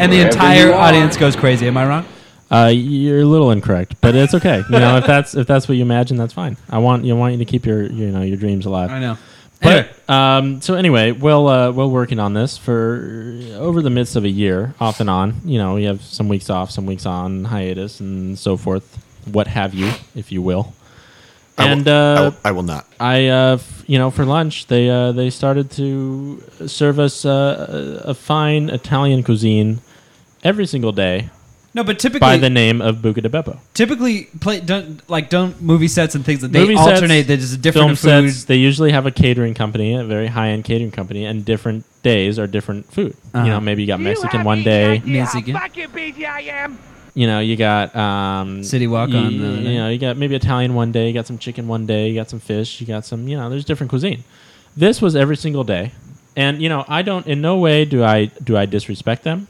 B: and the
D: wherever
B: entire
D: you are.
B: audience goes crazy. Am I wrong?
D: Uh, you're a little incorrect, but it's okay. You know, if that's if that's what you imagine, that's fine. I want you I want you to keep your you know your dreams alive.
B: I know.
D: But um, so anyway, well, uh, we're working on this for over the midst of a year, off and on. You know, we have some weeks off, some weeks on hiatus, and so forth, what have you, if you will.
A: I will-
D: And uh,
A: I will- I will not.
D: I, uh, f- you know, for lunch they uh, they started to serve us uh, a a fine Italian cuisine every single day.
B: No, but typically-
D: by the name of Buca di Beppo.
B: Typically, play don't like don't movie sets and things that they
D: Movie sets,
B: alternate. There's just different
D: film
B: food.
D: sets. They usually have a catering company, a very high end catering company, and different days are different food.
B: Uh-huh.
D: You know, maybe you got Mexican one day.
B: Mexican.
D: You know, you got um,
B: City Walk
D: you,
B: on the
D: You,
B: other night.
D: know, you got maybe Italian one day. You got some chicken one day. You got some fish. You got some. You know, there's different cuisine. This was every single day, and you know, I don't. In no way do I do I disrespect them.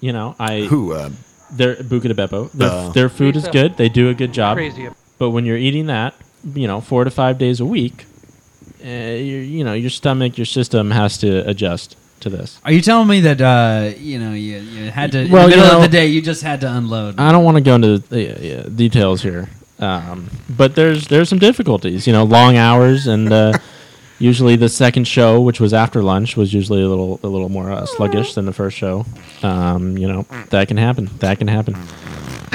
D: You know, I
A: who uh,
D: their Buca di Beppo. Their,
A: Oh.
D: their food is
A: Pizza.
D: good. They do a good job.
A: Crazy.
D: But when you're eating that, you know, four to five days a week, uh, you you know, your stomach, your system has to adjust to this.
B: Are you telling me that uh, you know you, you had to
D: Well,
B: in
D: you
B: the middle
D: know-
B: of the day you just had to unload?
D: I don't want to go into the, yeah, yeah, details here, um, but there's there's some difficulties. You know, long hours and uh, usually the second show, which was after lunch, was usually a little a little more uh, sluggish than the first show. Um, you know, that can happen. That can happen.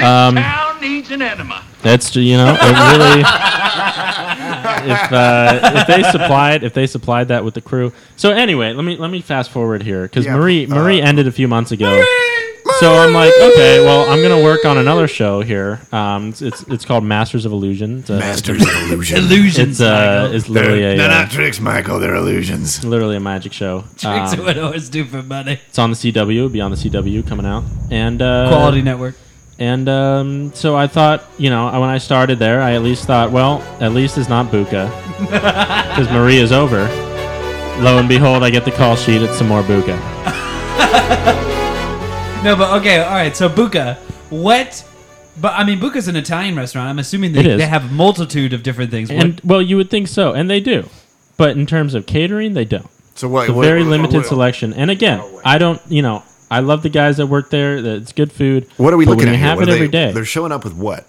D: Um,
L: needs an enema.
D: that's you know it really. if uh, if they supplied if they supplied that with the crew. So anyway, let me let me fast forward here because
B: Yeah,
D: Marie Marie ended a few months ago. So I'm like, okay, well, I'm gonna work on another show here. Um, it's it's, it's called Masters of Illusion. It's a-
A: Masters of Illusion.
B: Illusions,
D: It's, uh,
B: Michael.
D: it's literally
A: They're-
D: a,
A: they're
D: uh,
A: not tricks, Michael, they're illusions.
D: it's Literally a magic show.
B: Tricks
D: Um,
B: are what always do for money.
D: it's on the CW. It'll be on the CW coming out and uh,
B: Quality Network.
D: And um, so I thought, you know, when I started there, I at least thought, well, at least it's not Buka because Maria's over. Lo and behold, I get the call sheet. It's some more Buka.
B: No, but okay, all right. So Buca, what? But I mean, Buca's an Italian restaurant. I'm assuming they,
D: It is.
B: they have a multitude of different things. What-
D: And well, you would think so, and they do, but in terms of catering, they don't.
A: So what-
D: It's a
A: what-
D: very
A: what-
D: limited
A: what-
D: selection. And again, I don't. You know, I love the guys that work there. that It's good food.
A: What are we
D: but
A: looking
D: when
A: at?
D: You
A: here?
D: have
A: What
D: it
A: are
D: every
A: they,
D: day.
A: They're showing up with what?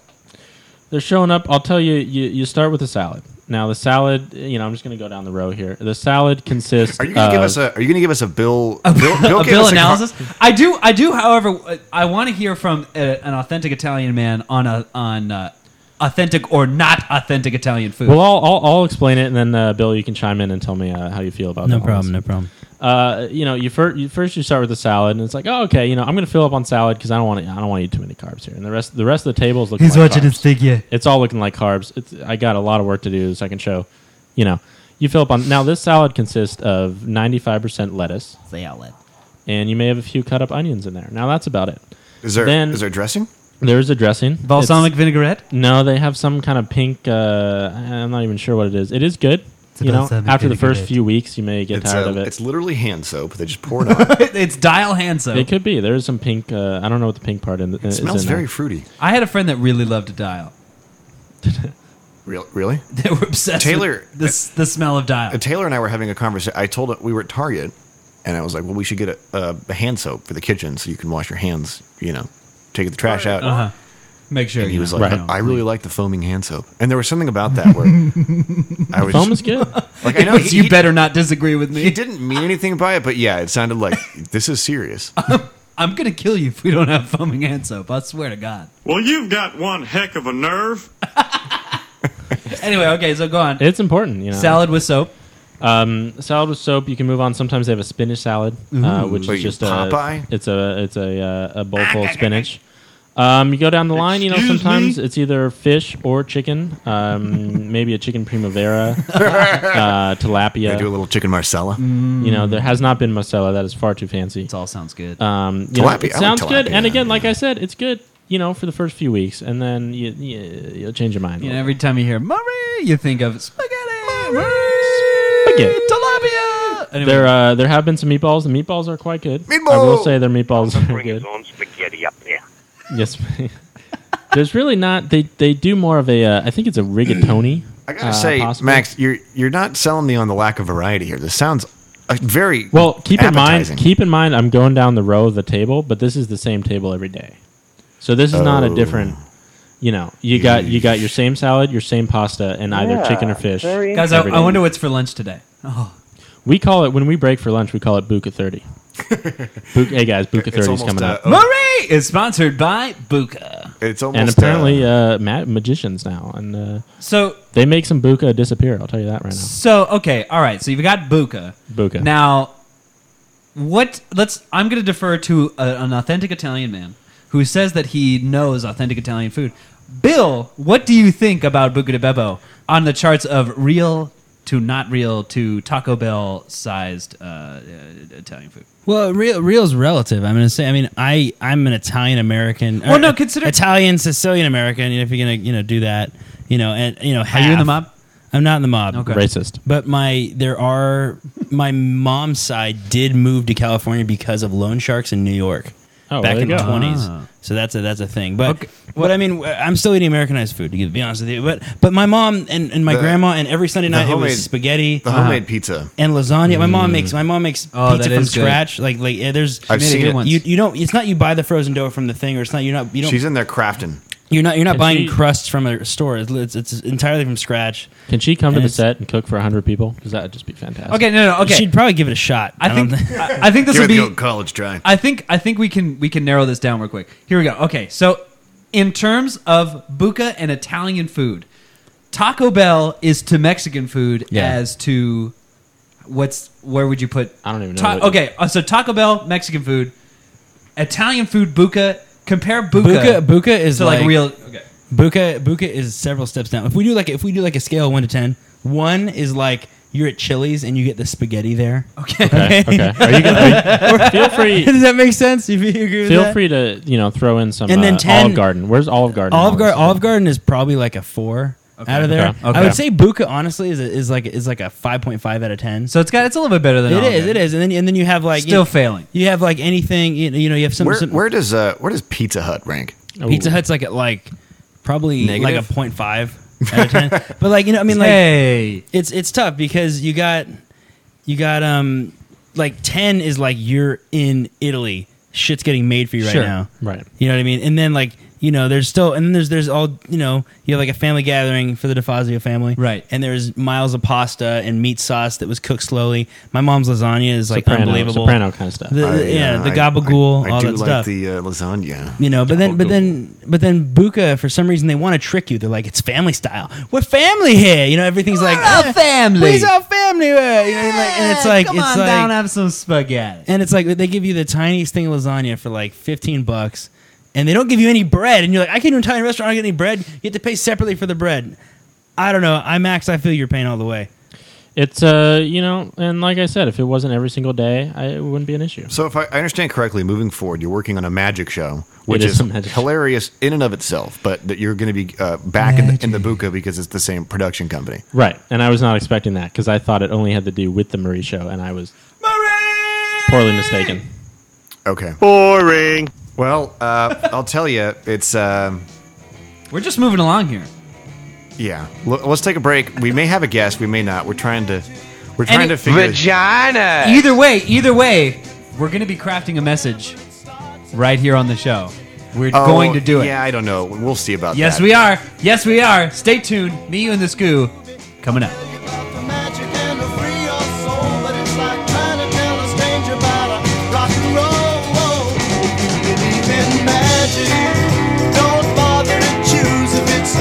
D: They're showing up. I'll tell you. You, you start with a salad. Now the salad, you know, I'm just going to go down the row here. The salad consists.
A: Are you gonna give
D: of-
A: us a? Are you gonna give us a bill?
B: a
A: gave
B: bill
A: us a car-
B: analysis. I do. I do. However, uh, I want to hear from uh an authentic Italian man on a on uh authentic or not authentic Italian food.
D: Well, I'll, I'll, I'll explain it, and then uh, Bill, you can chime in and tell me uh, how you feel about
H: No
D: that honestly.
H: problem, no problem.
D: Uh, you know, you, fir- you first you start with the salad, and it's like, oh, okay, you know, I'm going to fill up on salad because I don't want to. I don't want to eat too many carbs here. And the rest, the rest of the table is looking.
B: He's
D: like
B: watching
D: carbs.
B: his figure.
D: It's all looking like carbs. It's I got a lot of work to do. So I can show, you know, you fill up on now. This salad consists of 95 percent lettuce.
B: Salad.
D: And you may have a few cut up onions in there. Now that's about it.
A: Is there-
D: Then,
A: is there dressing?
D: There is a dressing.
B: Balsamic vinaigrette.
D: No, they have some kind of pink. Uh, I'm not even sure what it is. It is good.
A: a
D: you know,
A: balsamic
D: after the first
A: vinaigrette.
D: few weeks, you may get
A: It's,
D: tired
A: uh,
D: of it.
A: it's literally hand soap. They just pour it on.
B: it's dial hand soap.
D: It could be. There is some pink. Uh, I don't know what the pink part in. It
A: smells very fruity.
B: I had a friend that really loved to dial.
A: Real, really?
B: They were obsessed.
A: Taylor,
B: with this the smell of dial.
A: Uh, Taylor and I were having a conversation. I told we were at Target, and I was like, "Well, we should get a, a, a hand soap for the kitchen so you can wash your hands. You know, take the trash out."
B: Uh-huh. Make sure.
A: And he
B: you
A: was
B: know.
A: like, "I really like the foaming hand soap," and there was something about that where I was
B: Foam is good.
A: Like I know
B: But you better not disagree with me.
A: He didn't mean anything by it, but yeah, it sounded like this is serious.
B: I'm gonna kill you if we don't have foaming hand soap. I swear to God.
K: Well, you've got one heck of a nerve.
B: Anyway, okay, so go on.
D: It's important. You know,
B: Salad with soap.
D: Um, salad with soap. You can move on. Sometimes they have a spinach salad, uh,
B: Ooh.
D: which
B: Wait,
D: is just
B: Popeye?
D: a. It's a it's a uh, a
A: Ah,
D: bowl full of spinach. Um, you go down the line. you know,
B: Excuse
D: sometimes
B: me?
D: it's either fish or chicken. Um, maybe a chicken primavera, uh, tilapia.
A: They do a little chicken marsala.
D: You know, there has not been Marcella. That is far too fancy. It
B: all sounds good.
D: Um, you
A: Tilapia.
D: know, it
A: I like
D: sounds good.
A: tilapia.
D: And again, like I said, it's good. You know, for the first few weeks, and then you, you you'll change your mind.
B: You know, every time you hear Murray, you think of spaghetti,
D: Spaghetti.
B: tilapia. Anyway,
D: There, uh, there have been some meatballs. The meatballs are quite good. I will
B: Meatball!
D: say their meatballs are
N: Bring
D: good.
N: his own spaghetti up there.
D: Yes. There's really not. They they do more of a. Uh, I think it's a rigatoni. uh,
A: I gotta say, Max, you're you're not selling me on the lack of variety here. This sounds uh, very
D: well. Keep
A: appetizing.
D: in mind. Keep in mind. I'm going down the row of the table, but this is the same table every day. So this is not a
A: Oh.
D: different. You know, you got you got your same salad, your same pasta, and either
B: Yeah,
D: chicken or fish.
B: very Guys, I-
D: every
B: I
D: day.
B: wonder what's for lunch today. Oh.
D: We call it when we break for lunch. We call it Buka Thirty. Buka, hey guys, Buka Thirty is
A: uh,
D: coming up.
B: Murray is sponsored by Buka.
A: It's
D: and apparently, uh, ma- magicians now, and uh,
B: So-
D: they make some Buka disappear. I'll tell you that right now.
B: So okay, all right. So you've got Buka.
D: Buka.
B: Now, what? Let's. I'm going to defer to a, an authentic Italian man who says that he knows authentic Italian food. Bill, what do you think about Buca di Beppo on the charts of real to not real to Taco Bell sized uh, uh, Italian food?
H: Well, real real's relative. I'm gonna say. I mean, I I'm an Italian American.
B: Well, no, consider-
H: Italian Sicilian American. You know, if you're gonna you know do that, you know, and you know,
B: Are you in the
H: half-
B: mob?
H: I'm not in the mob.
D: Okay. Racist.
H: But my there are my mom's side did move to California because of loan sharks in New York
D: Oh,
H: back
D: there
H: in
D: you
H: the
D: go.
H: 20s.
D: Ah.
H: So that's a that's a thing. But but I mean, I'm still eating Americanized food to be honest with you. But but my mom and, and my
A: The-
H: grandma and every Sunday
A: the
H: night it
A: homemade-
H: was spaghetti,
A: the homemade pizza.
H: and lasagna. My mom
A: Mm.
H: makes my mom makes
A: Oh,
H: pizza
A: that
H: from
A: is good.
H: scratch. Like like yeah, there's
A: I've She made seen it it. once.
H: You you don't. It's not you buy the frozen dough from the thing, or it's not you're not you don't.
A: She's in there crafting.
H: You're not you're not
A: And
H: buying
A: she-
H: crusts from a store. It's, it's, it's entirely from scratch.
D: Can she come to
H: And
D: the
H: it's-
D: set and cook for 100 people? Because that would just be fantastic.
B: Okay, no, no, okay.
H: She'd probably give it a shot.
B: I think I, I think this
D: Give
B: would
D: it
B: be
D: the old
A: college try.
B: I think I think we can we can narrow this down real quick. Here we go. Okay, so in terms of buca and Italian food, Taco Bell is to Mexican food
D: Yeah.
B: as to what's where would you put? I don't even
D: know what you-
B: okay, uh, so Taco Bell Mexican food, Italian food buca. Compare buca.
H: Buka Buka is
B: so
H: like,
B: real.
H: Buka Buka is several steps down. If we do like if we do like a scale of one to ten, one is like you're at Chili's and you get the spaghetti there. Okay.
D: Okay, okay. Are you gonna- feel free-
H: Does that make sense? If you agree with
D: Feel
H: that?
D: free to you know throw in some.
H: And then
D: uh,
H: 10
D: Olive Garden. Where's Olive Garden?
H: Olive Garden. Olive Garden is probably like a four
D: Okay.
H: out of there.
D: Okay.
H: I
D: Okay.
H: would say Buka honestly is, a, is like is like a five point five out of ten.
B: So it's got it's a little bit better than
H: It
B: Olive
H: is, It
B: Garden.
H: is. And then and then you have like
B: Still
H: you,
B: failing.
H: You have like anything. You, you know you have some.
A: where,
H: some
A: where does uh, where does Pizza Hut rank?
H: Pizza Hut's like at like probably
A: Negative?
H: like a point five out of ten. but like you know, I mean, like it's it's tough because you got you got um like ten is like you're in Italy, shit's getting made for you right
D: Sure.
H: now,
D: Right.
H: You know what I mean? And then like you know, there's still, and then there's there's all, you know, you have like a family gathering for the DeFazio family, right? And there's miles of pasta and meat sauce that was cooked slowly. My mom's lasagna is like
D: Soprano-
H: unbelievable,
D: soprano kind of stuff.
H: The-
D: I,
H: yeah,
D: uh,
H: the
D: I-
H: gabagool,
A: I
H: all
A: do
H: that
A: like
H: stuff.
A: the uh, lasagna.
H: You know, but then, but then, but then, Buka for some reason they want to trick you. They're like, it's family style. We're family here. You know, everything's like
B: We're a
H: "Eh,
B: family."
H: We're our family. here. You know, and, like, and it's like
B: come
H: it's
B: on
H: like,
B: down, have some spaghetti.
H: and it's like they give you the tiniest thing of lasagna for like fifteen bucks, and they don't give you any bread. And you're like, I came to an Italian restaurant, I don't get any bread. You have to pay separately for the bread. I don't know. I max. I feel your pain all the way.
D: It's uh, you know, and like I said, if it wasn't every single day, I, it wouldn't be an issue.
A: So if I, I understand correctly, moving forward, you're working on a magic show, which
D: It is
A: is
D: a magic
A: hilarious in and of itself, but that you're going to be uh, back in the, in the Buka because it's the same production company.
D: Right, and I was not expecting that because I thought it only had to do with the Marie show, and I was poorly mistaken.
A: Okay. Boring. Well, uh, I'll tell you, it's. Um,
B: We're just moving along here.
A: Yeah. L- let's take a break. We may have a guest. We may not. We're trying to. We're trying to
B: it-
A: figure.
B: vagina. Either way, either way, we're going to be crafting a message right here on the show. We're
A: Oh,
B: going to do it.
A: Yeah, I don't know. We'll see about
B: Yes,
A: that.
B: we are. Yes, we are. Stay tuned. Me, you, and the Scoo coming up.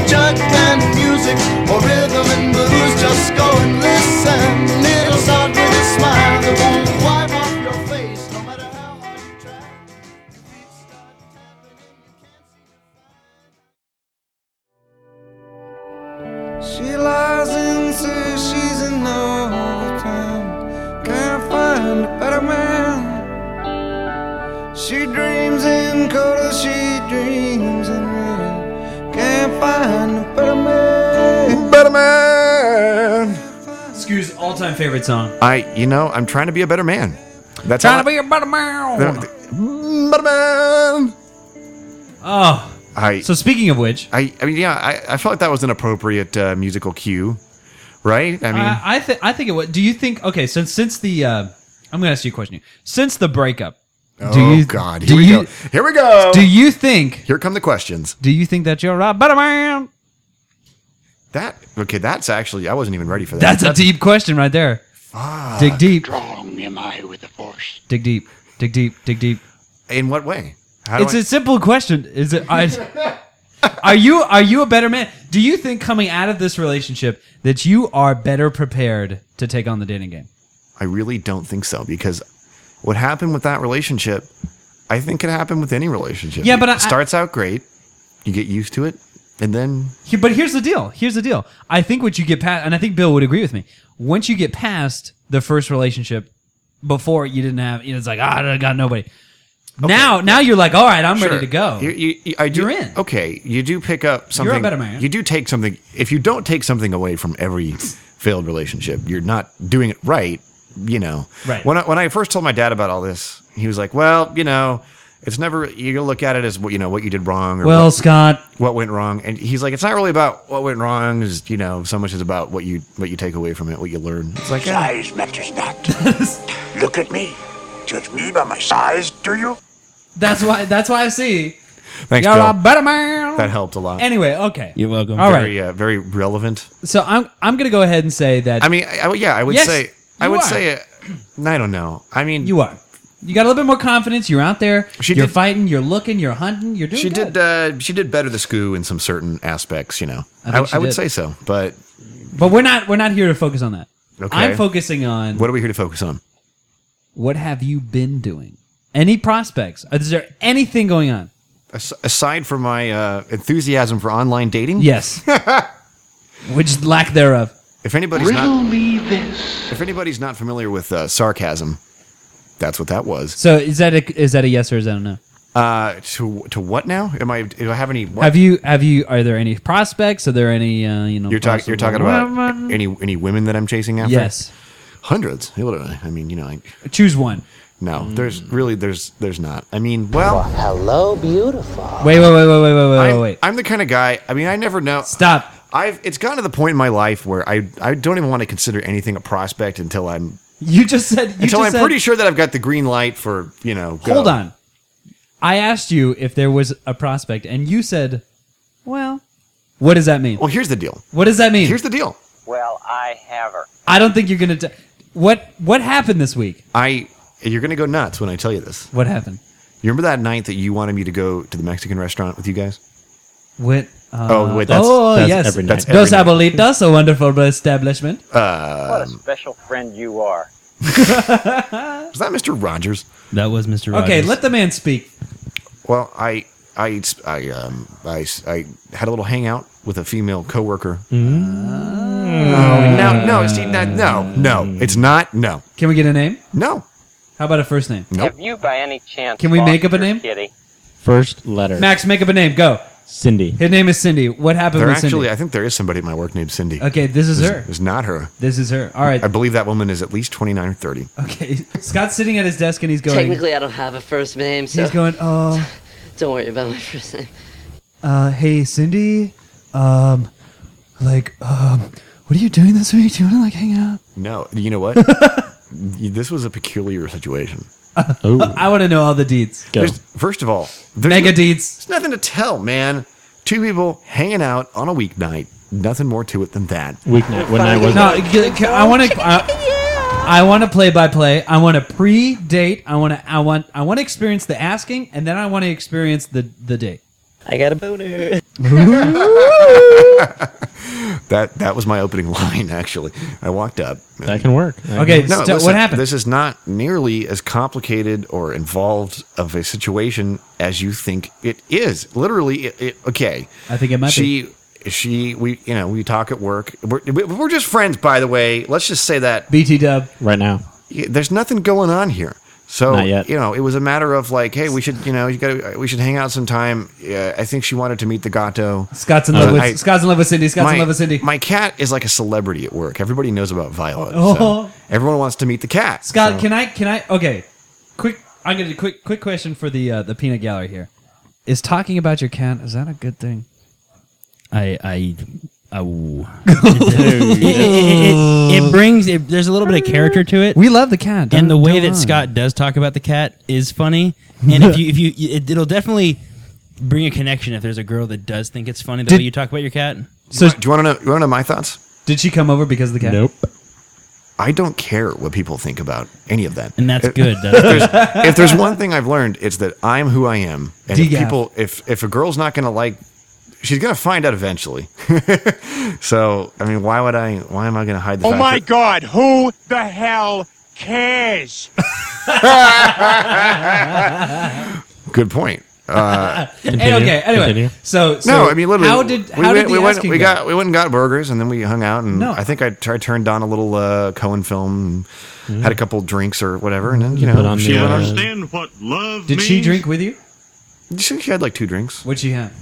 L: Jug and music or rhythm and blues, just go and listen. It'll start with a smile that won't wipe off your face. No matter how hard you try.
N: She lies and says she's in love all the time. Can't find a better man. She dreams in color, she dreams in red. Can't find a better man. Better man.
B: Scoo's all time favorite song.
A: I, you know, I'm trying to be a better man. That's all
B: Trying to
A: I-
B: be a better man.
A: Better
B: Oh.
A: I, so
B: speaking of which,
A: I, I mean, yeah, I, I felt like that was an appropriate uh, musical cue, right? I mean,
B: I, I think I think it was. Do you think? Okay, since since the uh, I'm going to ask you a question. here. Since the breakup, do
A: Oh,
B: you,
A: God. Here
B: do
A: we
B: you-
A: go. Here we go.
B: Do you think?
A: Here come the questions.
B: Do you think that you're a better man?
A: That okay? That's actually I wasn't even ready for that.
B: That's a deep question right there. Dig deep.
A: Strong am I with the force.
B: Dig deep. Dig deep. Dig deep.
A: In what way? How do
B: It's
A: I-
B: a simple question. Is it? I, are you are you a better man? Do you think coming out of this relationship that you are better prepared to take on the dating game?
A: I really don't think so because what happened with that relationship, I think it happened with any relationship.
B: Yeah, but
A: it
B: I-
A: starts out great, you get used to it, and then
B: He- But here's the deal. Here's the deal. I think what you get past, and I think Bill would agree with me. Once you get past the first relationship, before you didn't have, you know, it's like ah, I got nobody. Now, now you're like, all right, I'm
A: Sure.
B: ready to go.
A: You, you, you- I do,
B: You're in.
A: Okay, you do pick up something.
B: better man.
A: You do take something. If you don't take something away from every failed relationship, you're not doing it right. You know.
B: Right.
A: When I, when I first told my dad about all this, he was like, "Well, you know." It's never you look at it as what you know what you did wrong. Or
B: Well,
A: what-
B: Scott.
A: what went wrong? And he's like, it's not really about what went wrong. It's, you know, so much is about what you what you take away from it, what you learn. It's like, yeah,
Q: size matters not. Look at me. Judge me by my size, do you?
B: That's why. That's why I see.
A: Thanks,
B: you're
A: Bill.
B: a better man.
A: that helped a lot.
B: Anyway, okay.
A: You're
H: welcome.
B: All
A: very, uh, very relevant.
B: So I'm I'm gonna go ahead and say that.
A: I mean, I, I- yeah, I would
B: Yes,
A: say, I
B: you
A: would
B: are.
A: say, it, I don't know. I mean,
B: you are. You got a little bit more confidence. You're out there.
A: She
B: you're
A: did-
B: fighting. You're looking. You're hunting. You're doing.
A: She
B: good.
A: did. Uh, she did better the scoo in some certain aspects. You know,
B: I
A: I,
B: think
A: I,
B: she
A: would
B: did.
A: say so. But
B: But we're not. We're not here to focus on that.
A: Okay.
B: I'm focusing on
A: what are we here to focus on?
B: what have you been doing? Any prospects? Is there anything going on?
A: As- aside from my uh, enthusiasm for online dating,
B: Yes. Which lack thereof.
A: If anybody's
B: Riddle
A: not, If anybody's not familiar with uh, sarcasm, that's what that was.
B: So is that a is that a yes or is that a no?
A: Uh, to to what now? Am I? Do I have any? What?
B: Have you have you are there any prospects? Are there any uh, you know?
A: You're talking. You're talking
B: possible-
A: about any any women that I'm chasing after?
B: Yes.
A: hundreds. Who would I I mean, you know, I,
B: choose one.
A: No, there's really there's there's not. I mean, well,
C: hello, beautiful.
B: Wait, wait, wait, wait, wait, wait, wait,
A: I'm,
B: wait.
A: I'm the kind of guy. I mean, I never know.
B: Stop.
A: I've it's gotten to the point in my life where I I don't even want to consider anything a prospect until I'm
B: You just said. You
A: until
B: just
A: I'm
B: said,
A: pretty sure that I've got the green light for you know. go.
B: Hold on. I asked you if there was a prospect, and you said, "Well, what does that mean?" Well,
A: here's the deal.
B: What does that mean?
A: Here's the deal.
G: Well, I have her.
B: I don't think you're gonna. T- what What happened this week?
A: I you're gonna go nuts when I tell you this.
B: What happened?
A: You remember that night that you wanted me to go to the Mexican restaurant with you guys?
B: What? Uh,
A: Oh, wait, that's-
B: oh
A: that's
B: yes,
A: every night. That's
B: Dos
A: every
B: Abuelitas, a wonderful establishment.
A: Uh,
G: Special friend you are.
A: was that Mr. Rogers?
H: That was Mr.
B: Okay, Rogers. let the man speak.
A: Well, I I I um I, I had a little hangout with a female coworker.
B: Mm.
A: Oh, no, no, see, that, no, no, it's not. No,
B: Can we get a name?
A: No.
B: How about a first name?
G: Have you by any chance?
B: Can we
G: lost
B: make up a
G: your
B: name?
G: Kitty?
D: First letter.
B: Max, make up a name. Go.
D: Cindy.
B: His name is Cindy. What happened
A: There
B: with
A: actually,
B: Cindy?
A: I think there is somebody at my work named Cindy.
B: Okay, this is
A: It's-
B: her.
A: It's not her.
B: This is her. All right.
A: I believe that woman is at least twenty nine or thirty.
B: Okay, Scott's sitting at his desk and he's going.
J: Technically, I don't have a first name, so.
B: He's going, oh.
J: Don't worry about my first name.
B: uh, hey Cindy, um, like, um, what are you doing this week? Do you want to like hang out?
A: No, you know what? this was a peculiar situation.
B: I want to know all the deeds.
A: There's- First of all, there's
B: Mega deeds.
A: There's nothing to tell, man. Two people hanging out on a weeknight. Nothing more to it than that.
D: Weeknight. What night was
B: No, g- c- I want to. I want to play by play. I want to pre-date. I want to. I want. I want to experience the asking, and then I want to experience the the date.
J: I got a boner.
A: That that was my opening line. Actually, I walked up.
D: That can work. That
B: Okay, can work. so what happened?
A: This is not nearly as complicated or involved of a situation as you think it is. Literally, it, it, okay.
B: I think it might
A: she, be. She, we, you know, we talk at work. We're, we- we're just friends, by the way. Let's just say that.
B: BT Dub.
D: Right now.
A: There's nothing going on here. So
D: Not yet.
A: you know, it was a matter of like, hey, we should, you know, you got, we should hang out sometime. Yeah, I think she wanted to meet the gato.
B: Scott's in
A: Uh,
B: love with.
A: I-
B: Scott's in love with Cindy. Scott's
A: my,
B: in love with Cindy.
A: My cat is like a celebrity at work. Everybody knows about Violet.
B: Oh.
A: so everyone wants to meet the cat.
B: Scott, can I? Can I? Okay, quick. I'm gonna quick quick question for the uh, the peanut gallery here. Is talking about your cat is that a good thing?
H: I I oh. it, it- it- it brings it, there's a little bit of character to it.
B: We love the cat,
H: and the
B: don't-
H: way
B: don't
H: that
B: lie.
H: Scott does talk about the cat is funny. And if you if you it, it'll definitely bring a connection if there's a girl that does think it's funny the
B: Did-
H: way you talk about your cat.
A: So do you want to know? You want to know my thoughts?
B: Did she come over because of the cat?
D: Nope.
A: I don't care what people think about any of that,
H: and that's good.
A: if, there's, if there's one thing I've learned, it's that I'm who I am, and if
B: DGAF.
A: people, if if a girl's not gonna like, she's gonna find out eventually. so I mean, why would I? Why am I gonna hide the?
L: Oh
A: fact
L: my
A: that-
L: god, who the hell cares?
A: Good point. Uh,
B: Hey, okay. Anyway, so, so
A: no, I mean literally.
B: how did
A: we
B: how
A: went,
B: did the
A: we, went,
B: asking
A: we
B: go?
A: got we went and got burgers, and then we hung out, and
B: No.
A: I think I, I turned on a little uh, Cohen film,
B: Mm-hmm.
A: and had a couple drinks or whatever, and then you
D: You put
A: know
D: on
A: she
D: the,
A: went
D: uh,
A: on.
K: Understand what love
B: Did
K: means?
B: she drink with you?
A: She, she had like two drinks.
B: What'd she have?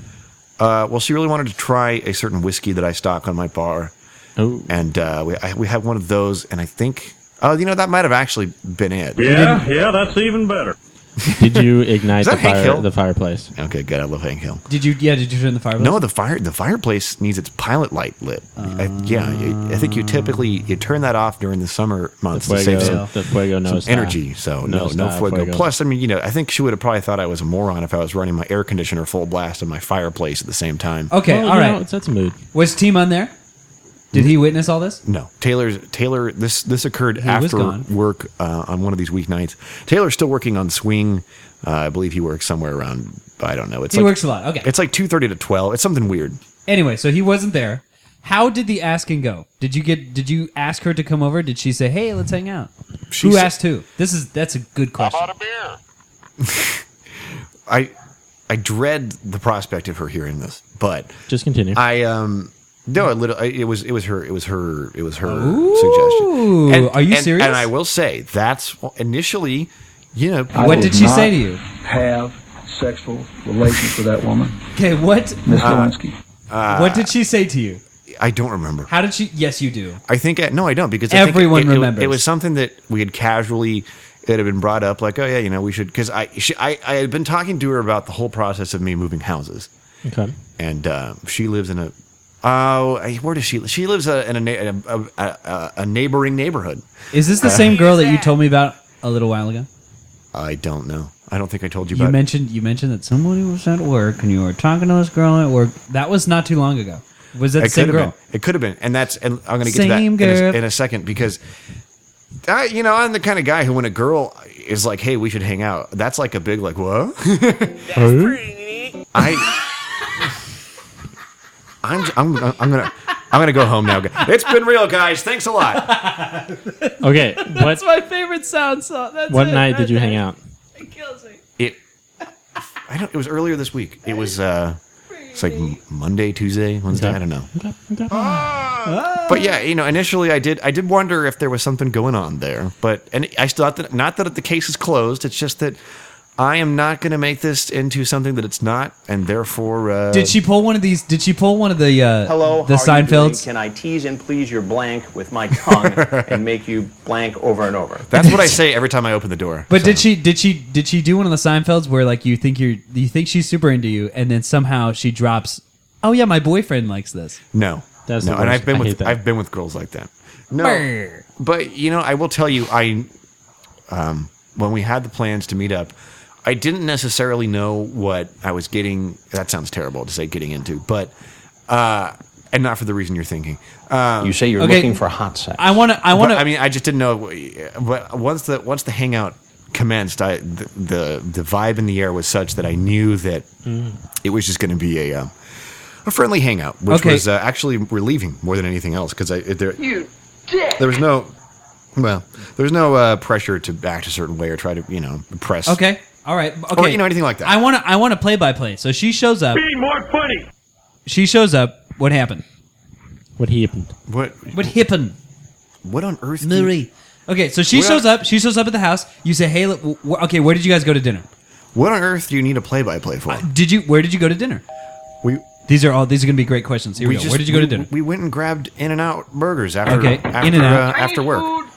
A: Uh, well, she really wanted to try a certain whiskey that I stock on my bar, and uh, we I, we had one of those, and I think oh, you know that might have actually been it.
K: Yeah, yeah, that's even better.
D: Oh, Did you ignite
A: Is
D: the
A: that Hank
D: fire
A: Hill?
D: the fireplace?
A: Okay, good. I love Hank Hill.
B: Did you? Yeah. Did you turn the fireplace?
A: No, the fire the fireplace needs its pilot light lit. I, yeah, I, I think you typically you turn that off during the summer months to
D: fuego-
A: save some,
D: the fuego no
A: some
D: está.
A: energy. So
D: No
A: no, no,
D: está,
A: fuego.
D: fuego.
A: Plus, I mean, you know, I think she would have probably thought I was a moron if I was running my air conditioner full blast and my fireplace at the same time.
B: Okay.
D: Well,
B: all
D: Oh, you
B: right.
D: know, it's- that's a mood.
B: Was Team on there? Did he witness all this?
A: No, Taylor's Taylor. This this occurred
B: He was
A: after
B: gone.
A: work uh, on one of these weeknights. Taylor's still working on swing. Uh, I believe he works somewhere around. I don't know. It's
B: He
A: like-
B: works a lot, okay.
A: it's like two thirty to twelve. It's something weird.
B: Anyway, so he wasn't there. How did the asking go? Did you get? Did you ask her to come over? Did she say, "Hey, let's hang out"?
A: She
B: who
A: sa-
B: asked who? This is that's a good question.
A: I I dread the prospect of her hearing this, but
D: just continue.
A: I um no, it, little, it was it was her it was her it was her
B: Ooh,
A: suggestion. And-
B: are you
A: and-
B: serious?
A: And I will say that's initially, you know,
R: I
A: people-
R: did not Have sexual relations with that woman,
B: Okay, what?
R: Miss
A: Uh,
R: Lewinsky.
A: uh,
B: what did she say to you?
A: I don't remember.
B: How did she? Yes, you do.
A: I think uh, no, I don't because I think
B: Everyone
A: it- it, it-
B: remembers.
A: It, was something that we had casually it had been brought up, like, oh yeah, you know, we should because I, she, I I had been talking to her about the whole process of me moving houses,
D: Okay.
A: and uh, she lives in a oh I- where does she li- she lives uh in a, na- a, a, a, a neighboring neighborhood.
B: Is this the
A: Uh,
B: same girl that you told me about a little while ago?
A: I don't know. I don't think I told you
B: You
A: about it.
B: mentioned you mentioned that somebody was at work and you were talking to this girl at work. That was not too long ago. Was that the
A: it
B: same
A: could
B: girl?
A: have been. It could have been, and that's. And I'm going to get
B: Same
A: to that in
B: girl.
A: a, in a second because, I, you know, I'm the kind of guy who, when a girl is like, "Hey, we should hang out," that's like a big like, "Whoa." I. I'm, I'm, I'm gonna I'm gonna go home now. It's been real, guys. Thanks a lot.
D: Okay, what
B: That's my favorite sound song. That's
D: what
B: it
D: night
B: right
D: did you
B: there.
D: hang out?
B: It kills me.
A: It I don't. It was earlier this week. It was uh, it's like M- Monday, Tuesday, Wednesday. I don't know. But yeah, you know, initially I did I did wonder if there was something going on there, but and I still not that not that the case is closed. It's just that I am not going to make this into something that it's not, and therefore, uh,
B: Did she pull one of these? Did she pull one of the uh,
S: Hello,
B: the
S: how are you doing?
B: Seinfelds?
S: Can I tease and please your blank with my tongue and make you blank over and over?
A: That's what I say every time I open the door.
B: But did she did she did she do one of the Seinfelds where like you think you're you think she's super into you and then somehow she drops oh yeah my boyfriend likes this
A: No,
B: That's
A: no,
B: the
A: and
B: worst.
A: I've been
B: I hate
A: with
B: that.
A: I've been with girls like that. No,
B: Brr.
A: but you know, I will tell you, I um, when we had the plans to meet up, I didn't necessarily know what I was getting. That sounds terrible to say getting into, but uh, and not for the reason you're thinking. Um,
S: You say you're
B: Okay. looking for
S: hot sex.
B: I want to I
A: But,
B: want to
A: I mean, I just didn't know. But once the once the hangout commenced, I the the, the vibe in the air was such that I knew that
B: Mm.
A: it was just going to be a um, a friendly hangout, which
B: Okay.
A: was uh, actually relieving more than anything else because I there
L: You dick.
A: there was no well there was no uh, pressure to act a certain way or try to you know impress.
B: okay all right okay
A: Or, you know, anything like that.
B: I want to I want to play by play so she shows up
K: more funny.
B: she shows up what happened
D: What happened?
A: What
B: what happened
A: what on earth
D: do you-
B: Marie okay so she
D: What on-
B: shows up she shows up at the house you say hey look, wh- wh- okay where did you guys go to dinner
A: What on earth do you need a play by play for?
B: did you where did you go to dinner
A: we
B: these are all these are gonna be great questions here we, go
A: just-
B: where did you go to
A: we-
B: dinner
A: We went and grabbed In and Out burgers after
B: Okay,
A: after,
B: In-N-Out.
A: uh, after work.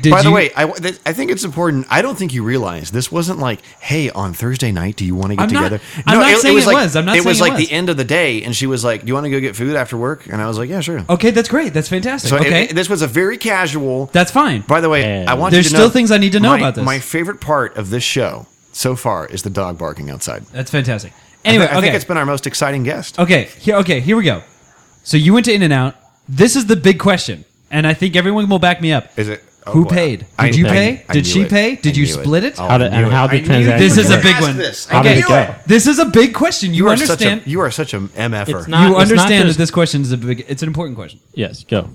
B: Did
A: By the
B: you-
A: way, I, w- th- I think it's important. I don't think you realize this wasn't like, hey, on Thursday night, do you want to get
B: I'm not-
A: together?
B: I'm not saying it was. I'm not
A: it was
B: saying it
A: like
B: was.
A: the end of the day, and she was like, "Do you want to go get food after work?" And I was like, "Yeah, sure."
B: okay that's great that's fantastic
A: So it-
B: Oh, okay
A: it- this was a very casual.
B: That's fine.
A: By the way, I want
B: There's
A: you to
B: still
A: know
B: things I need to know
A: my-
B: about this.
A: My favorite part of this show so far is the dog barking outside.
B: that's fantastic
A: I thi-
B: anyway
A: I
B: okay Oh,
A: think it's been our most exciting guest.
B: Okay, here. Okay, here we go. So you went to In and Out. This is the big question, and I think everyone will back me up.
A: Is it oh,
B: who
A: boy.
B: paid? Did
A: I-
B: you
A: I-
B: pay?
A: I
B: did
A: knew
B: she
A: it.
B: pay?
A: I
B: Did you
A: knew it.
B: split it?
A: Oh, How did- I and knew how it. did I knew transaction
B: This is a
A: work?
B: big
A: Ask
B: one.
A: this. I
B: Okay,
A: knew it.
B: this is a big question. You
A: are such a-
B: understand?
A: you are such an mf'er.
B: you understand that this question is a big. It's an important question.
D: Yes, go.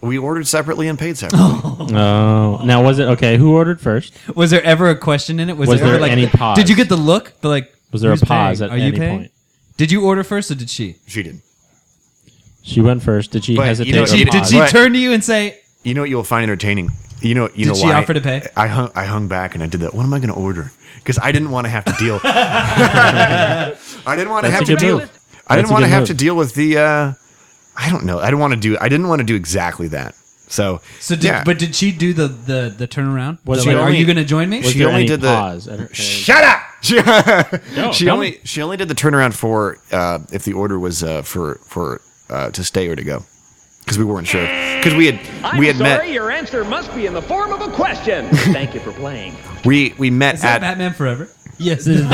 A: We ordered separately and paid separately.
D: Oh, now was it okay? Who ordered first?
B: Was there ever a question in it?
D: Was
B: ever
D: there
B: like,
D: any pause?
B: Did you get the look? The like.
D: Was there a
B: who's
D: pause
B: paying?
D: at
B: Are you
D: any
B: paying?
D: point?
B: Did you order first or did she?
A: She did.
D: She went first. Did she
A: But,
D: hesitate?
A: you know,
D: or
A: she- did
D: pause?
A: she
B: She turned to you and say,
A: You know what you'll find entertaining. You know, you
B: Did
A: know
B: she
A: why
B: offer to pay?
A: I hung, I hung back and I did that. What am I going to order? Because I didn't want to have to deal. I didn't want to have
L: That's
A: to
L: a good
A: deal.
L: move.
A: I
L: That's
A: didn't
L: a
A: want to
L: good
A: have
L: move.
A: to deal with the. Uh, I don't know. I didn't want to do. I didn't want to do exactly that. So.
B: "So did,
A: yeah.
B: but did she do the the the turnaround?
A: Was
B: The,
A: she
B: like, are
A: only-
B: you going to join me?"
A: was She there only any did the- pause Shut up! She, she
B: tell
A: only she only did the turnaround for uh, if the order was uh, for for uh, to stay or to go because we weren't sure because we had we had met
T: your answer must be in the form of a question. Thank you for playing.
A: we we met
B: Is that
A: at
B: Batman Forever? Yes, it is.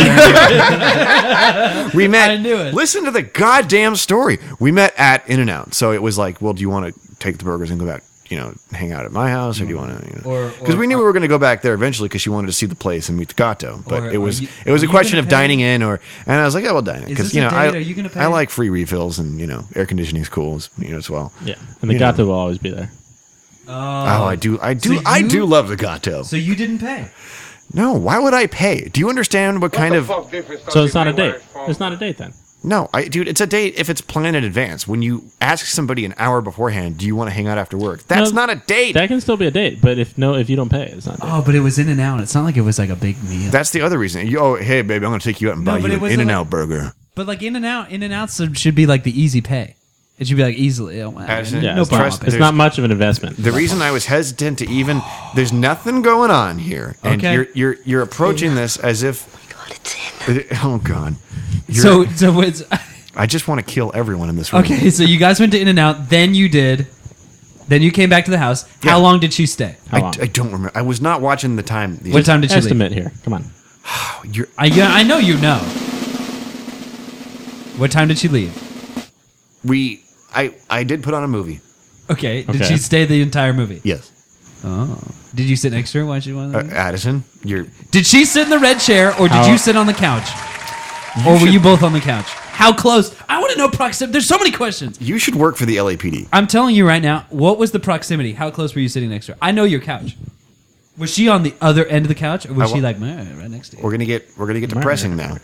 A: we met. I knew it. Listen to the goddamn story. We met at In and Out, so it was like, well, do you want to take the burgers and go back? You know, hang out at my house, or do you want to? You know?
B: Or-
A: Because we knew we were going to go back there eventually, because she wanted to see the place and meet the gato. But
B: Or
A: it was
B: are you-
A: it was
B: are
A: a
B: you
A: question of
B: gonna pay?
A: dining in, or and I was like, yeah, we'll dine in
B: Is
A: because
B: this
A: you
B: a
A: know
B: date? Are
A: I
B: you gonna pay?
A: I like free refills and you know air conditioning is cool as- you know as well.
D: Yeah, and the
A: You know.
D: gato will always be there.
A: Oh, I do, I do, I do love the gato.
B: So you didn't pay.
A: no, why would I pay? Do you understand what, kind of?
D: So it's not a date. It's not a date then.
A: No, I dude, it's a date if it's planned in advance. When you ask somebody an hour beforehand, do you want to hang out after work? That's
D: No,
A: not a date.
D: That can still be a date, but if no, if you don't pay, it's not. A date.
B: Oh, but it was in and out. It's not like it was like a big meal.
A: That's the other reason. You, oh, hey baby, I'm gonna take you out and
B: No,
A: buy
B: but
A: you
B: it
A: an
B: wasn't
A: In and
B: like-
A: Out burger.
B: But like in and out, in and out should be like the easy pay. It should be like easily. Oh, wow,
A: As in-
B: no
A: as
B: problem.
A: trust-
D: It's not much of an investment.
A: The reason I was hesitant to even there's nothing going on here, and
B: Okay.
A: you're you're you're approaching this as if. Oh God! You're-
B: So so it's
A: I just want to kill everyone in this room.
B: okay. So you guys went to in and out. Then you did. Then you came back to the house. How long did she stay?
A: I, I don't remember. I was not watching the time.
B: What time did she leave?
D: estimate here? Come on.
A: You're,
B: I yeah, I know you know. What time did she leave?
A: We I I did put on a movie.
B: Okay. Did
A: Okay.
B: she stay the entire movie?
A: Yes.
B: Oh. Did you sit next to her while she was?
A: Uh, Addison, you're
B: Did she sit in the red chair or did
A: How-
B: you sit on the couch?
A: You
B: or were
A: should-
B: you both on the couch? How close? I want to know proximity. There's so many questions.
A: you should work for the LAPD.
B: I'm telling you right now, what was the proximity? How close were you sitting next to her? I know your couch. Was she on the other end of the couch or was
A: I
B: she
A: wa-
B: like "Meh," right next to you?
A: We're gonna get we're gonna get depressing now.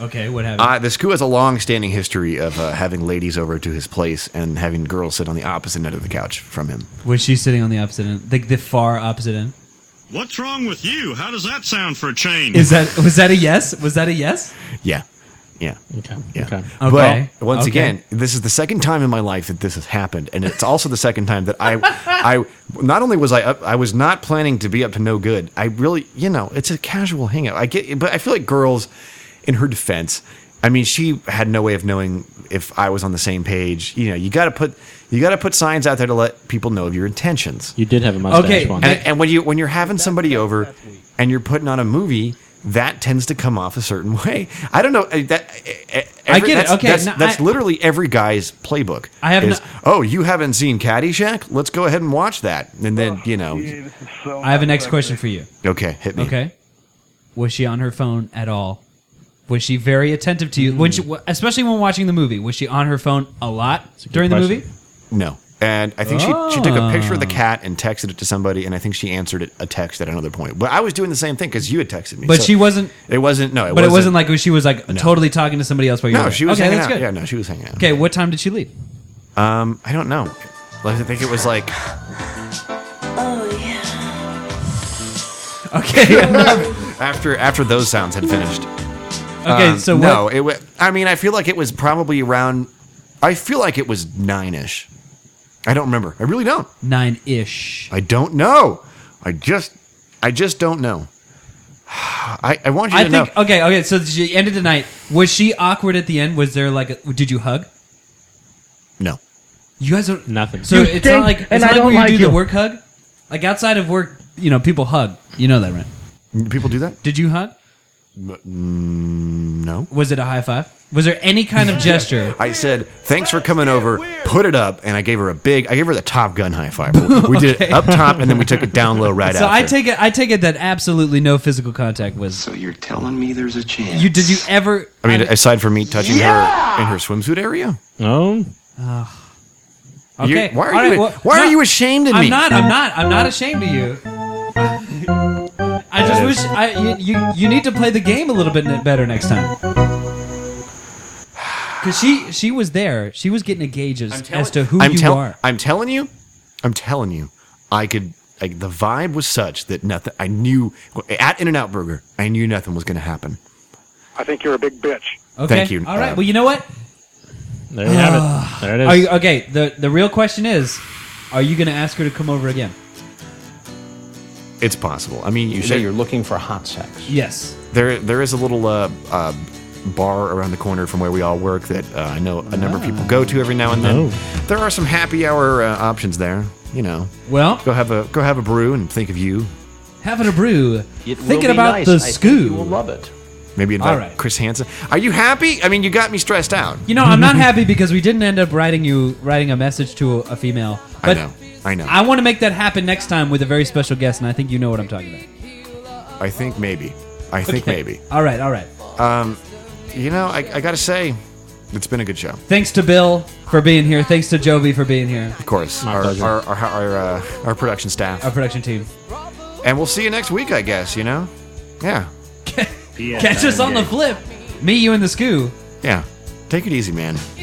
B: Okay, what happened?
A: Uh, the Scoo has a long-standing history of uh, having ladies over to his place and having girls sit on the opposite end of the couch from him.
B: was she sitting on the opposite end? The, the far opposite end?
K: What's wrong with you? How does that sound for a change?
B: Is that was that a yes? Was that a yes?
A: Yeah, yeah,
D: okay,
A: yeah.
D: okay.
B: Okay.
A: But once
B: Okay.
A: again, this is the second time in my life that this has happened, and it's also the second time that I, I not only was I up, I was not planning to be up to no good. I really, you know, it's a casual hangout. I get, but I feel like girls, in her defense, I mean, she had no way of knowing if I was on the same page. You know, you got to put you got to put signs out there to let people know of your intentions.
D: You did have a mustache
B: Okay,
D: once.
A: And, and when you when you're having somebody over and you're putting on a movie, that tends to come off a certain way. I don't know uh, that. uh, uh,
B: I
A: every-
B: get it.
A: that's-
B: Okay,
A: that's,
B: no,
A: that's
B: I-
A: literally every guy's playbook.
B: I have
A: is,
B: no-
A: oh, you haven't seen Caddyshack? Let's go ahead and watch that, and
B: Oh,
A: then you know.
B: I have a next question for you.
A: Okay, hit me.
B: Okay. Was she on her phone at all? Was she very attentive to you? When
A: Hmm.
B: she, especially when watching the movie, was she on her phone a lot during the
A: question.
B: movie?
A: No. And I think she, she took a picture of the
B: Oh.
A: cat and texted it to somebody, and I think she answered it, a text at another point. But I was doing the same thing because you had texted me.
B: But
A: so
B: she wasn't.
A: It wasn't. No, it
B: but
A: wasn't.
B: it wasn't like she was like
A: No.
B: totally talking to somebody else while you
A: No,
B: were there.
A: she was
B: okay.
A: hanging
B: That's
A: out.
B: good.
A: Yeah, no, she was hanging out.
B: Okay, what time did she leave?
A: Um, I don't know. I think it was like
B: Okay.
A: Um, after after those sounds had finished. Um,
B: Okay, so
A: no, it. wa- I mean, I feel like it was probably around. I feel like it was nine ish. I don't remember. I really don't.
B: Nine ish.
A: I don't know. I just, I just don't know. I, I want you
B: I
A: to
B: think uh,
A: know.
B: okay, okay. So she ended the night. Was she awkward at the end? Was there like a, did you hug?
A: No.
B: You guys are
D: nothing.
B: So it's not like it's not like where you do the work hug. Like outside of work, you know, people hug. You know that, right?
A: People do that.
B: Did you hug?
A: mm, no.
B: Was it a high five? Was there any kind of gesture?
A: I said, "Thanks for coming over." Put it up, and I gave her a big. I gave her the Top Gun high five. We did it
B: Okay.
A: up top, and then we took it down low right
B: so
A: after.
B: I take it. I take it that absolutely no physical contact was. So
A: you're telling me there's a chance.
B: You did you ever?
A: I mean, aside from me touching her in her swimsuit area.
D: No.
B: Okay.
A: You- why are
B: All
A: you?
B: right, well,
A: why are
B: no,
A: you ashamed of
B: I'm
A: me?
B: not. I'm not. I'm not ashamed of you. I just
A: That
B: wish
A: is-
B: I you, you you need to play the game a little bit ne- better next time. Cause she she was there. She was getting a gauge as, as to who
A: I'm
B: you
A: tell-
B: are.
A: I'm telling you. I'm telling you. I could. Like the vibe was such that nothing. I knew at In and Out Burger. I knew nothing was going to happen.
U: I think you're a big bitch.
B: Okay.
A: Thank you.
B: All right.
A: Uh,
B: well, you know what?
D: There you have it. There it is.
B: Are you, okay. The the real question is, are you going to ask her to come over again?
A: It's possible. I mean, you say you're looking for hot sex.
B: Yes.
A: There, there is a little uh, uh, bar around the corner from where we all work that uh, I know a number of people go to every now and then.
B: Oh.
A: There are some happy hour uh, options there. You know.
B: Well,
A: go have a go have a brew and think of you.
B: Having a brew.
A: It will
B: thinking
A: be
B: about
A: nice.
B: the
A: I
B: scoo.
A: think you will love it. Maybe invite
B: All right.
A: Chris Hansen. Are you happy? I mean, you got me stressed out.
B: You know, I'm not happy because we didn't end up writing you writing a message to a female.
A: I
B: But
A: know. I know.
B: I want to make that happen next time with a very special guest, and I think you know what I'm talking about.
A: I think maybe. I think
B: Okay.
A: maybe.
B: All right, all right.
A: Um, you know, I, I gotta say, it's been a good show.
B: Thanks to Bill for being here. Thanks to Jovi for being here.
A: Of course, our
B: pleasure.
A: our our our, uh, our production staff,
B: Our production team.
A: and we'll see you next week, I guess. You know, yeah,
B: Catch us on the flip. Me, you, and the Scoo.
A: yeah. Take it easy, man.